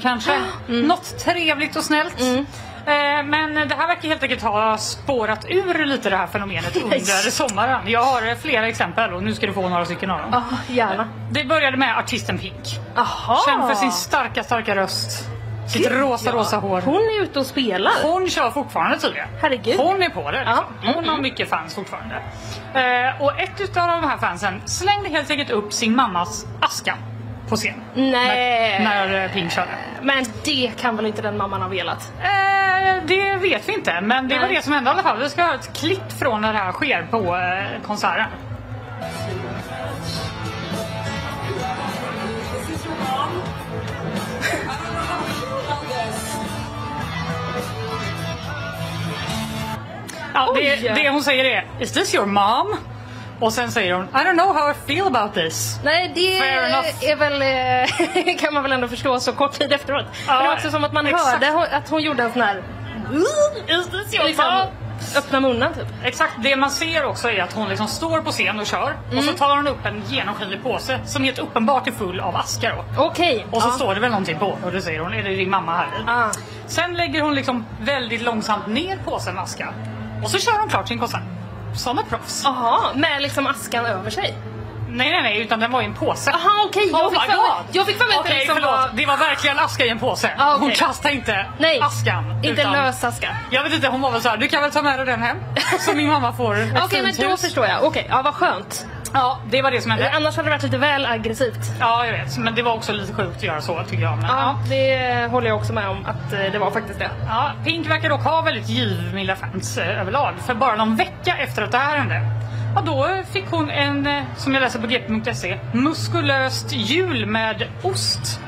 Speaker 3: kanske. Något trevligt och snällt. Eh, Men det här verkar helt enkelt ha spårat ur lite det här fenomenet under sommaren. Jag har eh, flera exempel och nu ska du få några stycken av dem.
Speaker 2: Ja, gärna.
Speaker 3: Det började med artisten Pink.
Speaker 2: Aha.
Speaker 3: Känd för sin starka, starka röst. Sitt rosa, rosa hår.
Speaker 2: Hon är ute och spelar.
Speaker 3: Hon kör fortfarande tydligen.
Speaker 2: Herregud.
Speaker 3: Hon är på det.
Speaker 2: Ja. Mm.
Speaker 3: Liksom. Hon har mycket fans fortfarande. Eh, och ett utav de här fansen slängde helt enkelt upp sin mammas aska på scen.
Speaker 2: Nej.
Speaker 3: När, när eh, Pink körde.
Speaker 2: Men det kan väl inte den mamman ha velat?
Speaker 3: Eh, det vet vi inte, men det var
Speaker 2: Nej.
Speaker 3: det som hände i alla fall. Vi ska ha ett klipp från när det här sker på eh, konserten. Ja, det,
Speaker 2: Oj.
Speaker 3: det hon säger är “Is this your mom?” och sen säger hon “I don't know how I feel about this”.
Speaker 2: Nej, det
Speaker 3: Fair enough.
Speaker 2: är väl, eh, kan man väl ändå förstå så kort tid efteråt.
Speaker 3: Ja,
Speaker 2: Men det var också som att man
Speaker 3: exakt.
Speaker 2: hörde hon- att hon gjorde en sån här...
Speaker 3: Is this your
Speaker 2: Liksom,
Speaker 3: mom?
Speaker 2: öppna munnen typ.
Speaker 3: Exakt, det man ser också är att hon liksom står på scen och kör och
Speaker 2: Mm.
Speaker 3: så tar hon upp en genomskinlig påse som helt uppenbart är full av aska då.
Speaker 2: Okej.
Speaker 3: Och så
Speaker 2: ja.
Speaker 3: står det väl någonting på och då säger hon, är det din mamma här i?"
Speaker 2: Ah.
Speaker 3: Sen lägger hon liksom väldigt långsamt ner påsen med aska och så kör hon klart sin konsert. Som ett proffs.
Speaker 2: Aha, med liksom askan över sig.
Speaker 3: Nej nej nej, utan den var i en påse.
Speaker 2: Aha, okej.
Speaker 3: Oh
Speaker 2: Jag, fick
Speaker 3: my
Speaker 2: för mig-
Speaker 3: God.
Speaker 2: jag fick för mig att det
Speaker 3: Okej
Speaker 2: liksom
Speaker 3: förlåt,
Speaker 2: var...
Speaker 3: det var verkligen aska i en påse.
Speaker 2: Ah, okej.
Speaker 3: Hon kastade inte
Speaker 2: Nej,
Speaker 3: askan.
Speaker 2: inte
Speaker 3: utan-
Speaker 2: lös aska.
Speaker 3: Jag vet inte, hon var väl såhär, du kan väl ta med dig den hem? Så min mamma får ett
Speaker 2: Okej,
Speaker 3: fint
Speaker 2: men då
Speaker 3: hus."
Speaker 2: förstår jag. Okej, ja vad skönt.
Speaker 3: Ja, det var det som hände.
Speaker 2: Annars hade det varit lite väl aggressivt.
Speaker 3: Ja, jag vet. Men det var också lite sjukt att göra så tycker jag. Men,
Speaker 2: Ja,
Speaker 3: ja.
Speaker 2: det eh, håller jag också med om att eh, det var faktiskt det.
Speaker 3: Ja, Pink verkar dock ha väldigt givmilda fans eh, överlag. För bara någon vecka efter att det här hände, ja, då eh, fick hon en, eh, som jag läser på gp.se, muskulöst hjul med ost,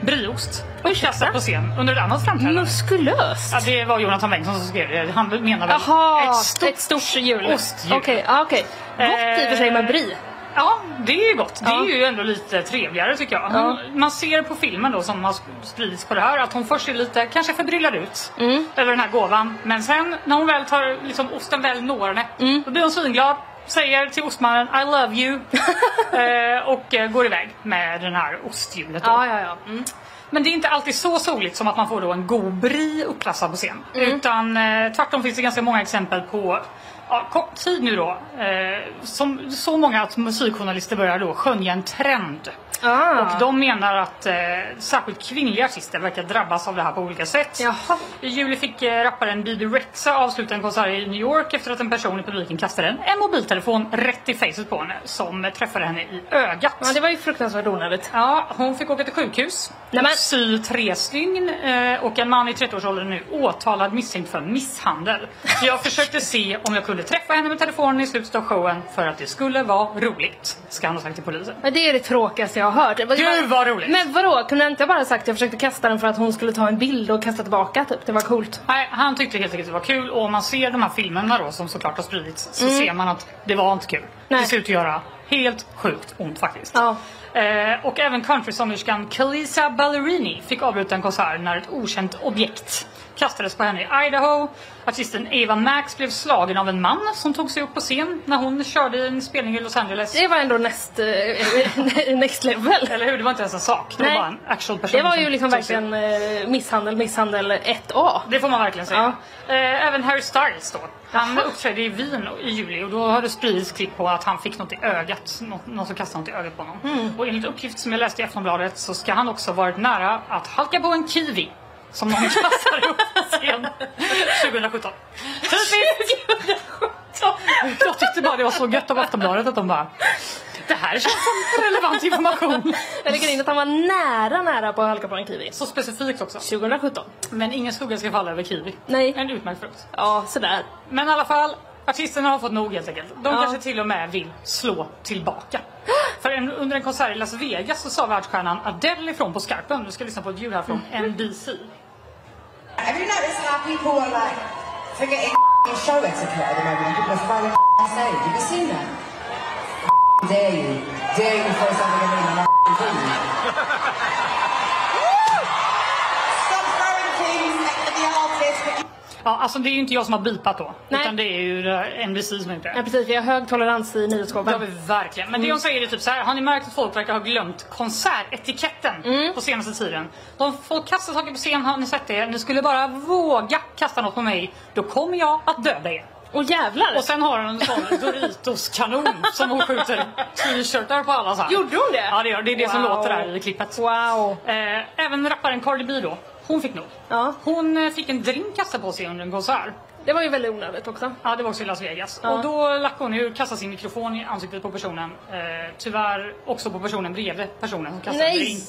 Speaker 3: brieost, uppkastat på scen under ett annat framträdande.
Speaker 2: Muskulöst?
Speaker 3: Ja, det var Jonathan Bengtsson som skrev det. Han menar väl
Speaker 2: Jaha,
Speaker 3: ett stort...
Speaker 2: hjul.
Speaker 3: ostdjul.
Speaker 2: Okej, ja, okej. Gott i och för sig med
Speaker 3: Eh,
Speaker 2: brie.
Speaker 3: Ja, det är ju gott. Det
Speaker 2: Ja.
Speaker 3: är ju ändå lite trevligare tycker jag.
Speaker 2: Ja.
Speaker 3: Hon- Man ser på filmen då som har sp- spridits på det här att hon först är lite kanske förbryllad ut
Speaker 2: Mm.
Speaker 3: över den här gåvan. Men sen när hon väl tar liksom osten väl når henne
Speaker 2: Mm.
Speaker 3: då blir hon svinglad. Säger till ostmannen I love you eh, och eh, går iväg med den här osthjulet. då.
Speaker 2: Ja, ja, ja. Mm.
Speaker 3: Men det är inte alltid så soligt som att man får då en god brie uppklassad på scen. Utan eh, tvärtom finns det ganska många exempel på ja, kort tid nu då. Eh, som, så många att musikjournalister börjar då skönja en trend.
Speaker 2: Ah.
Speaker 3: Och de menar att eh, särskilt kvinnliga artister verkar drabbas av det här på olika sätt.
Speaker 2: Jaha.
Speaker 3: I juli fick eh, rapparen Bibi Rexa avsluta en konsert i New York efter att en person i publiken kastade en, en mobiltelefon rätt i facet på henne som eh, träffade henne i ögat.
Speaker 2: Ja, det var ju fruktansvärt onödigt.
Speaker 3: Ja, hon fick åka till sjukhus,
Speaker 2: Nej, men-
Speaker 3: sy tre stygn eh, och en man i 30-årsåldern nu åtalad misstänkt för misshandel. Så jag försökte se om jag kunde träffa henne med telefonen i slutet av showen för att det skulle vara roligt, ska han ha sagt till polisen.
Speaker 2: Men det är det tråkigaste jag har hört. Det var-
Speaker 3: Gud, vad roligt.
Speaker 2: Men vadå, kunde jag inte bara sagt att jag försökte kasta den för att hon skulle ta en bild och kasta tillbaka typ? Det var coolt.
Speaker 3: Nej, han tyckte helt enkelt det var kul och om man ser de här filmerna då som såklart har spridits så ser man att det var inte kul.
Speaker 2: Mm. Nej.
Speaker 3: Det ser ut att göra helt sjukt ont faktiskt.
Speaker 2: Ja.
Speaker 3: Eh, och även countrysångerskan Kalisa Ballerini fick avbryta en konsert när ett okänt objekt kastades på henne i Idaho. artisten Eva Max blev slagen av en man som tog sig upp på scen när hon körde en spelning i Los Angeles.
Speaker 2: Det var ändå näst, eh, next level.
Speaker 3: Eller hur? Det var inte ens en sak. Det
Speaker 2: Nej.
Speaker 3: var bara en actual person.
Speaker 2: Det var
Speaker 3: som
Speaker 2: ju liksom
Speaker 3: tog sig
Speaker 2: verkligen eh, misshandel, misshandel 1A.
Speaker 3: Det får man verkligen säga. Eh, även Harry Styles då. Han uppträdde i Wien i juli och då har det spridits klipp på att han fick något i ögat. Nå- Någon som kastade något i ögat på honom. Och enligt uppgift som jag läste i Aftonbladet så ska han också varit nära att halka på en kiwi. Som någon kastade upp på scen 2017. Typiskt! 2017! Jag tyckte bara det var så gött av Aftonbladet att de bara Det här känns som relevant information.
Speaker 2: Jag lägger in att han var nära, nära på att halka på en kiwi.
Speaker 3: Så specifikt också.
Speaker 2: 2017.
Speaker 3: Men ingen skugga ska falla över kiwi.
Speaker 2: Nej.
Speaker 3: En utmärkt frukt.
Speaker 2: Ja, sådär.
Speaker 3: Men i alla fall, artisterna har fått nog helt enkelt. De
Speaker 2: Ja.
Speaker 3: kanske till och med vill slå tillbaka. För en, under en konsert i Las Vegas så sa världsstjärnan Adele ifrån på skarpen. Du ska lyssna på ett ljud här från
Speaker 2: Mm.
Speaker 3: NBC.
Speaker 7: Have you noticed how people are like forgetting show etiquette at the moment? People are throwing on stage. Have you seen that? Dare you? Dare you throw something at me? and I'll do you. Stop throwing things at the artist.
Speaker 3: Ja, alltså det är ju inte jag som har bipat då.
Speaker 2: Nej.
Speaker 3: Utan det är ju eh, NBC som har gjort
Speaker 2: Ja,
Speaker 3: det.
Speaker 2: precis, vi har hög tolerans i
Speaker 3: Det har
Speaker 2: nyhetskåpan.
Speaker 3: vi verkligen. Men det jag säger är typ så här. Har ni märkt att folk verkar ha glömt konsertetiketten
Speaker 2: Mm.
Speaker 3: på senaste tiden? De folk kastar saker på scen. Har ni sett det? Ni skulle bara våga kasta något på mig. Då kommer jag att döda er.
Speaker 2: Och jävlar!
Speaker 3: Och sen har hon en sån Doritos-kanon som hon skjuter t-shirtar på alla så här.
Speaker 2: Gjorde hon det?
Speaker 3: Ja det gör det. är det som
Speaker 2: Wow.
Speaker 3: låter där i klippet.
Speaker 2: Wow.
Speaker 3: Eh, även rapparen Cardi B då. Hon fick nog.
Speaker 2: Ja.
Speaker 3: Hon eh, fick en drink kastad på sig under en konsert.
Speaker 2: Det var ju väldigt onödigt också.
Speaker 3: Ja det var också i Las Vegas.
Speaker 2: Ja.
Speaker 3: Och då lackade hon ur, kastade sin mikrofon i ansiktet på personen. Eh, tyvärr också på personen bredvid personen som kastade en drink.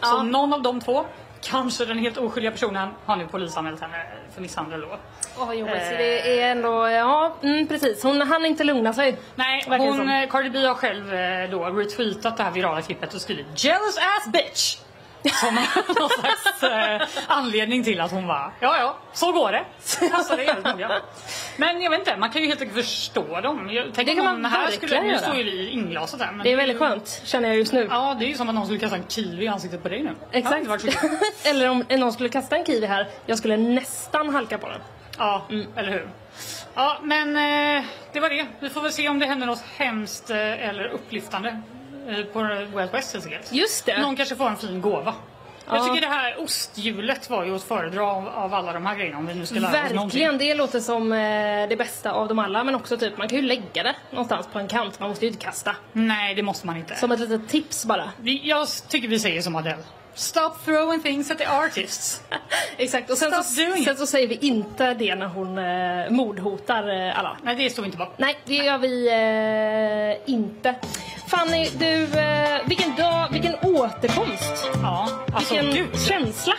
Speaker 2: Ja.
Speaker 3: Så någon av de två, kanske den helt oskyldiga personen, har nu polisanmält henne för misshandel då.
Speaker 2: Åh, vad jobbigt. Så Det är ändå, ja mm, precis. Hon hann inte lugna sig.
Speaker 3: Nej,
Speaker 2: Verkar
Speaker 3: hon,
Speaker 2: som.
Speaker 3: eh, Cardi B har själv eh, då retweetat det här virala klippet och skrivit “Jealous ass bitch” som någon slags eh, anledning till att hon var ja ja, så går det. Alltså, det är helt noga. Men jag vet inte, man kan ju helt enkelt förstå dem. Jag, tänk
Speaker 2: Det
Speaker 3: om
Speaker 2: kan
Speaker 3: någon
Speaker 2: man
Speaker 3: här
Speaker 2: verkligen
Speaker 3: skulle, nu
Speaker 2: göra.
Speaker 3: står ju vi inglasade här. Men
Speaker 2: Det är väldigt skönt, känner jag just nu.
Speaker 3: Ja, det är ju som att någon skulle kasta en kiwi i ansiktet på dig nu. Ja, det
Speaker 2: Exakt.
Speaker 3: var så kul.
Speaker 2: Eller om någon skulle kasta en kiwi här, jag skulle nästan halka på den.
Speaker 3: Ja,
Speaker 2: Mm.
Speaker 3: eller hur. Ja, men eh, det var det. Vi får väl se om det händer något hemskt eh, eller upplyftande eh, på Wild West helt enkelt.
Speaker 2: Just det.
Speaker 3: Någon kanske får en fin gåva. Jag tycker det här osthjulet var ju att föredra av, av alla de här grejerna om vi nu ska lära oss någonting.
Speaker 2: Verkligen, det låter som eh, det bästa av dem alla men också typ man kan ju lägga det någonstans på en kant, man måste ju inte kasta.
Speaker 3: Nej, det måste man inte.
Speaker 2: Som ett litet tips bara.
Speaker 3: Vi, jag tycker vi säger som Adele. Stop throwing things at the artists.
Speaker 2: Exakt och sen,
Speaker 3: Stop
Speaker 2: så,
Speaker 3: doing it.
Speaker 2: sen så säger vi inte det när hon eh, mordhotar eh, alla.
Speaker 3: Nej, det står inte bakom.
Speaker 2: Nej, det gör vi eh, inte. Fanny, du, eh, vilken dag, vilken återkomst.
Speaker 3: Ja, alltså
Speaker 2: Vilken
Speaker 3: gud.
Speaker 2: känsla.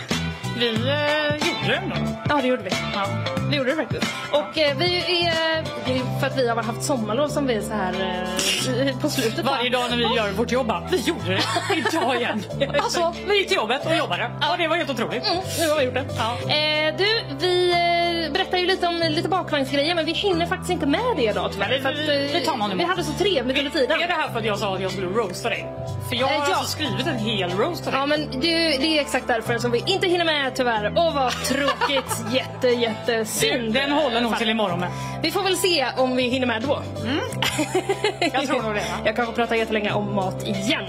Speaker 3: Vi eh, gjorde det ändå.
Speaker 2: Ja, det gjorde vi.
Speaker 3: Ja.
Speaker 2: Det gjorde det faktiskt. Och eh, vi är... Det är ju för att vi har haft sommarlov som vi är så här eh, på slutet.
Speaker 3: Varje dag när vi gör vårt jobb bara, vi gjorde det idag igen. Alltså, vi gick till jobbet och jobbade. Ja, det var helt otroligt.
Speaker 2: Mm, nu har vi gjort det.
Speaker 3: Ja.
Speaker 2: Eh, du, vi eh, berättar ju lite om lite bakvagnsgrejer men vi hinner faktiskt inte med det idag tyvärr.
Speaker 3: Nej,
Speaker 2: för att, eh,
Speaker 3: vi- vi- vi tar någon
Speaker 2: vi
Speaker 3: imorgon.
Speaker 2: hade så trevligt under tiden.
Speaker 3: Är det här för att jag sa att jag skulle roasta dig? För jag har
Speaker 2: Eh, ja.
Speaker 3: alltså skrivit en hel roast till dig.
Speaker 2: Ja men det, det är exakt därför som vi inte hinner med tyvärr. Åh vad tråkigt, jätte jättesynd.
Speaker 3: Den håller nog till imorgon med.
Speaker 2: Vi får väl se om vi hinner med då.
Speaker 3: Jag tror nog det.
Speaker 2: Jag kanske pratar jättelänge om mat igen.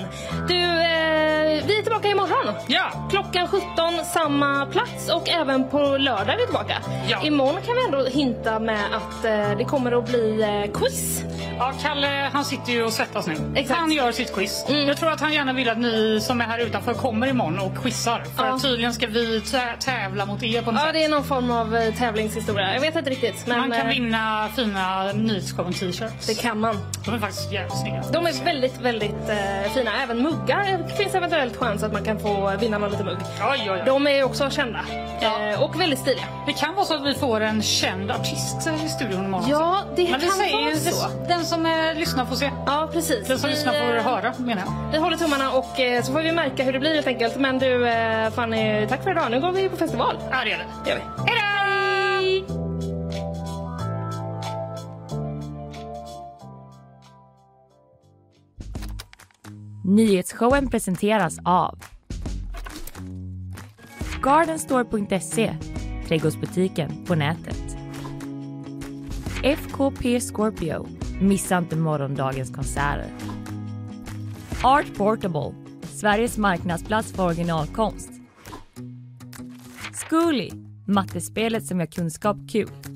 Speaker 2: Du, eh, vi är tillbaka imorgon.
Speaker 3: Ja,
Speaker 2: Klockan 17, samma plats och även på lördag är vi tillbaka.
Speaker 3: Ja.
Speaker 2: Imorgon kan vi ändå hinta med att eh, det kommer att bli eh, quiz.
Speaker 3: ja, Kalle han sitter ju och svettas nu.
Speaker 2: Exakt.
Speaker 3: Han gör sitt quiz.
Speaker 2: Mm.
Speaker 3: Jag tror att han gärna vill att ni som är här utanför kommer imorgon och quizar. För
Speaker 2: Ja.
Speaker 3: att tydligen ska vi tä- tävla mot er på något
Speaker 2: Ja,
Speaker 3: sätt.
Speaker 2: det är någon form av eh, tävlingshistoria. Jag vet inte riktigt. Men,
Speaker 3: Man kan
Speaker 2: eh,
Speaker 3: vinna fina nyhetsshowen t-shirts.
Speaker 2: Det kan man.
Speaker 3: De är faktiskt jävligt snygga.
Speaker 2: De är väldigt, väldigt eh, fina. Även muggar. Det finns eventuellt chans att man kan få vinna någon liten mugg.
Speaker 3: Oj, oj, oj.
Speaker 2: De är också kända.
Speaker 3: Ja.
Speaker 2: Eh, och väldigt stiliga.
Speaker 3: Det kan vara så att vi får en känd artist i studion imorgon.
Speaker 2: Ja, det
Speaker 3: Men vi
Speaker 2: kan
Speaker 3: säger
Speaker 2: vara
Speaker 3: ju
Speaker 2: så.
Speaker 3: det- Den som eh, lyssnar får se.
Speaker 2: Ja, precis.
Speaker 3: Den som
Speaker 2: Vi,
Speaker 3: lyssnar får
Speaker 2: eh,
Speaker 3: höra menar jag.
Speaker 2: Vi håller tummarna och eh, så får vi märka hur det blir helt enkelt. Men du eh, Fanny, tack för idag. Nu går vi på festival.
Speaker 3: Ja, det gör det.
Speaker 2: Det gör vi.
Speaker 3: Hej då!
Speaker 1: Nyhetsshowen presenteras av Gardenstore.se, trädgårdsbutiken på nätet. FKP Scorpio. Missa inte morgondagens konserter. Art Portable. Sveriges marknadsplats för originalkonst. Zcooly. Mattespelet som gör kunskap kul.